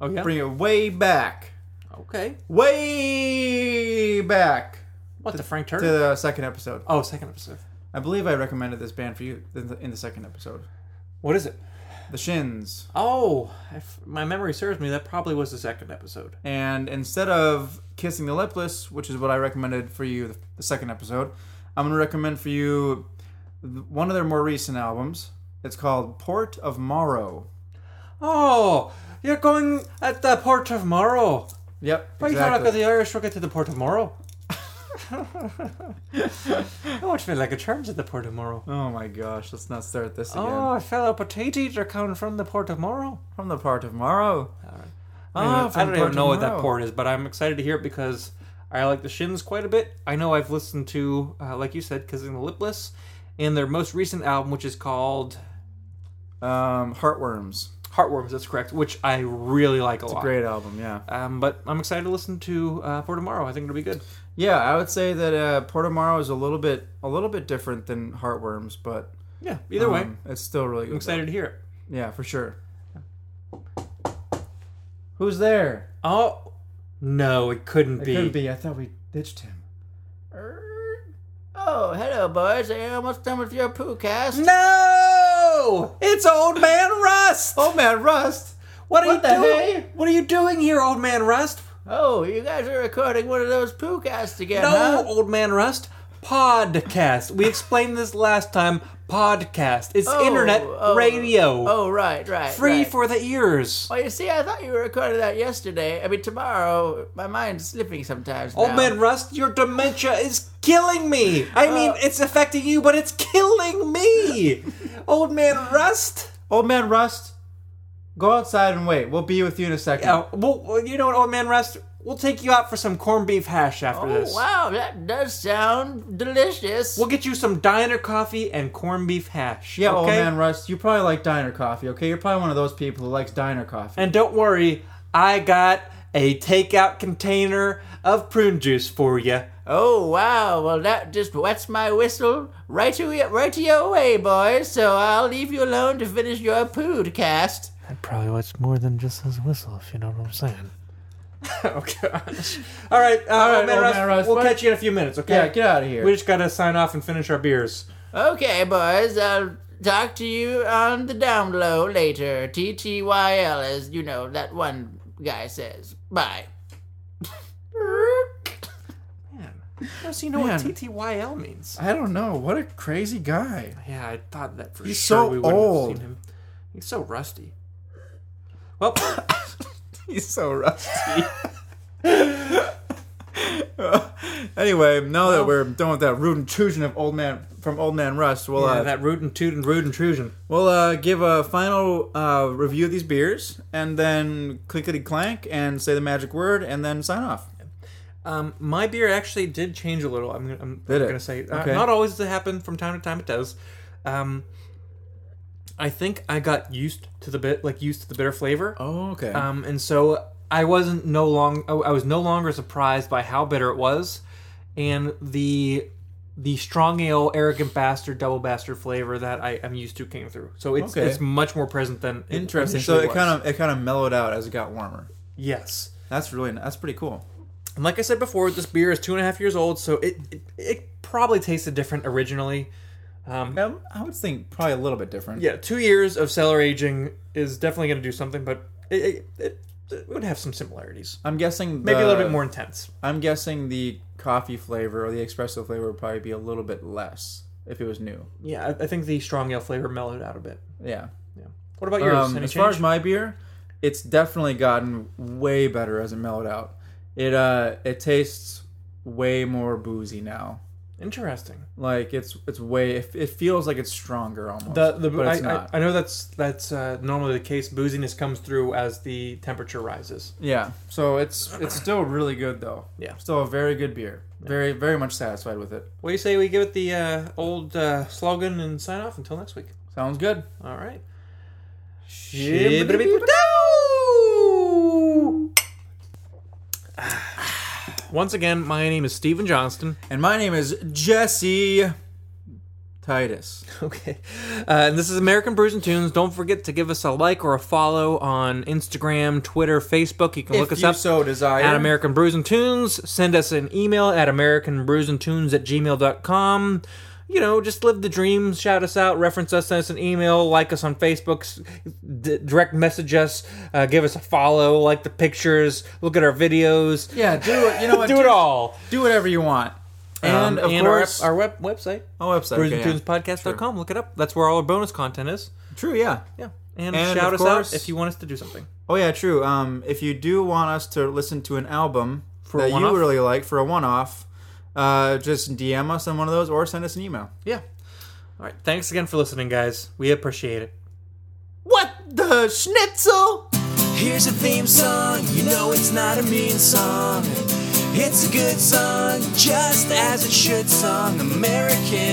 Speaker 2: Oh, yeah?
Speaker 1: Bring it way back.
Speaker 2: Okay.
Speaker 1: Way back
Speaker 2: What, the Frank
Speaker 1: to
Speaker 2: Turner?
Speaker 1: the second episode.
Speaker 2: Oh, second episode.
Speaker 1: I believe I recommended this band for you in the, in the second episode.
Speaker 2: What is it?
Speaker 1: The Shins.
Speaker 2: Oh, if my memory serves me, that probably was the second episode.
Speaker 1: And instead of Kissing the Lipless, which is what I recommended for you the, the second episode, I'm going to recommend for you th- one of their more recent albums. It's called Port of Morrow.
Speaker 2: Oh, you're going at the Port of Morrow.
Speaker 1: Yep.
Speaker 2: Why you thought I got the Irish rocket to the Port of Morrow? I watched me like a charms at the Port of Morrow.
Speaker 1: Oh my gosh, let's not start this again.
Speaker 2: Oh, a fellow potato eater coming from the Port of Morrow.
Speaker 1: From the Port of Morrow.
Speaker 2: Ah,
Speaker 1: Yeah,
Speaker 2: I
Speaker 1: from
Speaker 2: don't even
Speaker 1: Port
Speaker 2: know what that
Speaker 1: Monroe.
Speaker 2: port is, but I'm excited to hear it because I like the Shins quite a bit. I know I've listened to, uh, like you said, Kissing the Lipless, and their most recent album, which is called
Speaker 1: Um, Heartworms.
Speaker 2: Heartworms, that's correct, which I really like a lot.
Speaker 1: Great album, yeah.
Speaker 2: Um, but I'm excited to listen to uh, for tomorrow. I think it'll be good.
Speaker 1: Yeah, I would say that uh, Port of Morrow is a little bit a little bit different than Heartworms, but
Speaker 2: Yeah, either way,
Speaker 1: um, it's still really good.
Speaker 2: I'm excited to hear it.
Speaker 1: Yeah, for sure. Who's there?
Speaker 2: Oh, no, it couldn't
Speaker 1: It
Speaker 2: be.
Speaker 1: could be. I thought we ditched him. Oh, hello, boys. I almost done with your poo cast.
Speaker 2: No! It's Old Man Rust!
Speaker 1: Oh, man, Rust.
Speaker 2: What are
Speaker 1: What
Speaker 2: you
Speaker 1: the
Speaker 2: doing?
Speaker 1: hey?
Speaker 2: What are you doing here, Old Man Rust?
Speaker 1: Oh, you guys are recording one of those poo casts again,
Speaker 2: No,
Speaker 1: huh?
Speaker 2: old man Rust. Podcast. We explained this last time. Podcast. It's
Speaker 1: Oh,
Speaker 2: internet
Speaker 1: oh,
Speaker 2: radio.
Speaker 1: Oh, right, right.
Speaker 2: Free
Speaker 1: right.
Speaker 2: for the ears.
Speaker 1: Well, you see, I thought you were recording that yesterday. I mean, tomorrow. My mind's slipping sometimes.
Speaker 2: Old
Speaker 1: now.
Speaker 2: man Rust, your dementia is killing me. I mean,
Speaker 1: Oh.
Speaker 2: it's affecting you, but it's killing me. old man Rust.
Speaker 1: Old man Rust, go outside and wait. We'll be with you in a second.
Speaker 2: Oh, well, well, you know what, old man Rust? We'll take you out for some corned beef hash after this.
Speaker 1: Oh, wow, that does sound delicious.
Speaker 2: We'll get you some diner coffee and corned beef hash.
Speaker 1: yeah,
Speaker 2: okay?
Speaker 1: old man Rust, you probably like diner coffee, okay? You're probably one of those people who likes diner coffee.
Speaker 2: And don't worry, I got a takeout container of prune juice for you.
Speaker 1: oh, wow. Well, that just wets my whistle right to, right to your way, boys. So I'll leave you alone to finish your pood cast.
Speaker 4: That probably was more than just his whistle, if you know what I'm saying.
Speaker 2: oh gosh! All right, uh,
Speaker 1: right,
Speaker 2: old man
Speaker 1: old
Speaker 2: Russ,
Speaker 1: man Russ,
Speaker 2: we'll
Speaker 1: what-
Speaker 2: catch you in a few minutes. Okay?
Speaker 1: Yeah, get out of here.
Speaker 2: We just gotta sign off and finish our beers.
Speaker 1: Okay, boys, I'll talk to you on the down low later. TTYL is, you know, that one guy says. Bye.
Speaker 2: Man, I don't see know
Speaker 3: Man.
Speaker 2: what TTYL means.
Speaker 3: I don't know. What a crazy guy.
Speaker 2: Yeah, I thought that for
Speaker 3: He's
Speaker 2: sure
Speaker 3: so
Speaker 2: we wouldn't
Speaker 3: old.
Speaker 2: have seen him. He's so rusty. Well,
Speaker 3: He's so rusty. anyway, now that we're done with that rude intrusion of old man from old man Rust, we'll
Speaker 2: yeah,
Speaker 3: uh,
Speaker 2: that root and toot and rude intrusion.
Speaker 3: we'll uh, give a final uh, review of these beers, and then clickety clank and say the magic word, and then sign off.
Speaker 2: Um, my beer actually did change a little. I'm, gonna- I'm,
Speaker 3: Did it?
Speaker 2: going to say uh,
Speaker 3: Okay.
Speaker 2: not always to happen. From time to time, it does. Um, I think I got used to the bit, like used to the bitter flavor.
Speaker 3: Oh, okay.
Speaker 2: Um, and so I wasn't no long. I I was no longer surprised by how bitter it was, and the the strong ale, arrogant bastard, double bastard flavor that I am used to came through. So it's
Speaker 3: Okay.
Speaker 2: it's much more present than it
Speaker 3: Interesting. So
Speaker 2: initially
Speaker 3: it
Speaker 2: was.
Speaker 3: kind of it kind of mellowed out as it got warmer.
Speaker 2: yes.
Speaker 3: That's really that's pretty cool.
Speaker 2: And like I said before, this beer is two and a half years old, so it it, it probably tasted different originally. Um,
Speaker 3: Um, I would think probably a little bit different.
Speaker 2: yeah, two years of cellar aging is definitely going to do something, but it, it, it, it would have some similarities.
Speaker 3: I'm guessing
Speaker 2: Maybe a
Speaker 3: the-
Speaker 2: little bit more intense.
Speaker 3: I'm guessing the coffee flavor or the espresso flavor would probably be a little bit less if it was new.
Speaker 2: Yeah, I, I think the strong ale flavor mellowed out a bit.
Speaker 3: Yeah.
Speaker 2: Yeah. What about yours?
Speaker 3: Um,
Speaker 2: Any
Speaker 3: as far
Speaker 2: change?
Speaker 3: as my beer, it's definitely gotten way better as it mellowed out. It uh, it tastes way more boozy now.
Speaker 2: Interesting.
Speaker 3: Like it's it's way it, it feels like it's stronger almost.
Speaker 2: The the
Speaker 3: but
Speaker 2: I,
Speaker 3: it's not.
Speaker 2: I, I know that's that's uh, normally the case. Booziness comes through as the temperature rises.
Speaker 3: yeah. So it's it's still really good though.
Speaker 2: Yeah.
Speaker 3: Still a very good beer. Very very much satisfied with it.
Speaker 2: What do you say we give it the uh, old uh, slogan and sign off until next week?
Speaker 3: Sounds good.
Speaker 2: All right. Once again, my name is Stephen Johnston.
Speaker 3: And my name is Jesse Titus.
Speaker 2: Okay. Uh, and this is American Brews and Tunes. Don't forget to give us a like or a follow on Instagram, Twitter, Facebook. You can look
Speaker 3: if
Speaker 2: us
Speaker 3: you
Speaker 2: up
Speaker 3: so desire.
Speaker 2: at American Brews and Tunes. Send us an email at AmericanBrewsandTunes at gmail.com. You know, just live the dream. Shout us out. Reference us. Send us an email. Like us on Facebook. s- D- direct message us. Uh, give us a follow. Like the pictures. Look at our videos.
Speaker 3: Yeah, do it. You know what?
Speaker 2: Do it all.
Speaker 3: Do whatever you want. And
Speaker 2: Um,
Speaker 3: of course,
Speaker 2: our, web- our web- website,
Speaker 3: our, website. okay, yeah.
Speaker 2: brewsandtunespodcast.com. Look it up. That's where all our bonus content is.
Speaker 3: True, yeah.
Speaker 2: Yeah. And,
Speaker 3: And
Speaker 2: shout
Speaker 3: of
Speaker 2: us
Speaker 3: course-
Speaker 2: out if you want us to do something.
Speaker 3: Oh yeah, true. Um, if you do want us to listen to an album
Speaker 2: a
Speaker 3: that
Speaker 2: one-off?
Speaker 3: you really like for a one-off, uh, just DM us on one of those or send us an email.
Speaker 2: Yeah. All right. Thanks again for listening, guys. We appreciate it.
Speaker 3: What the schnitzel?
Speaker 5: Here's a theme song, you know it's not a mean song. It's a good song, just as it should song. American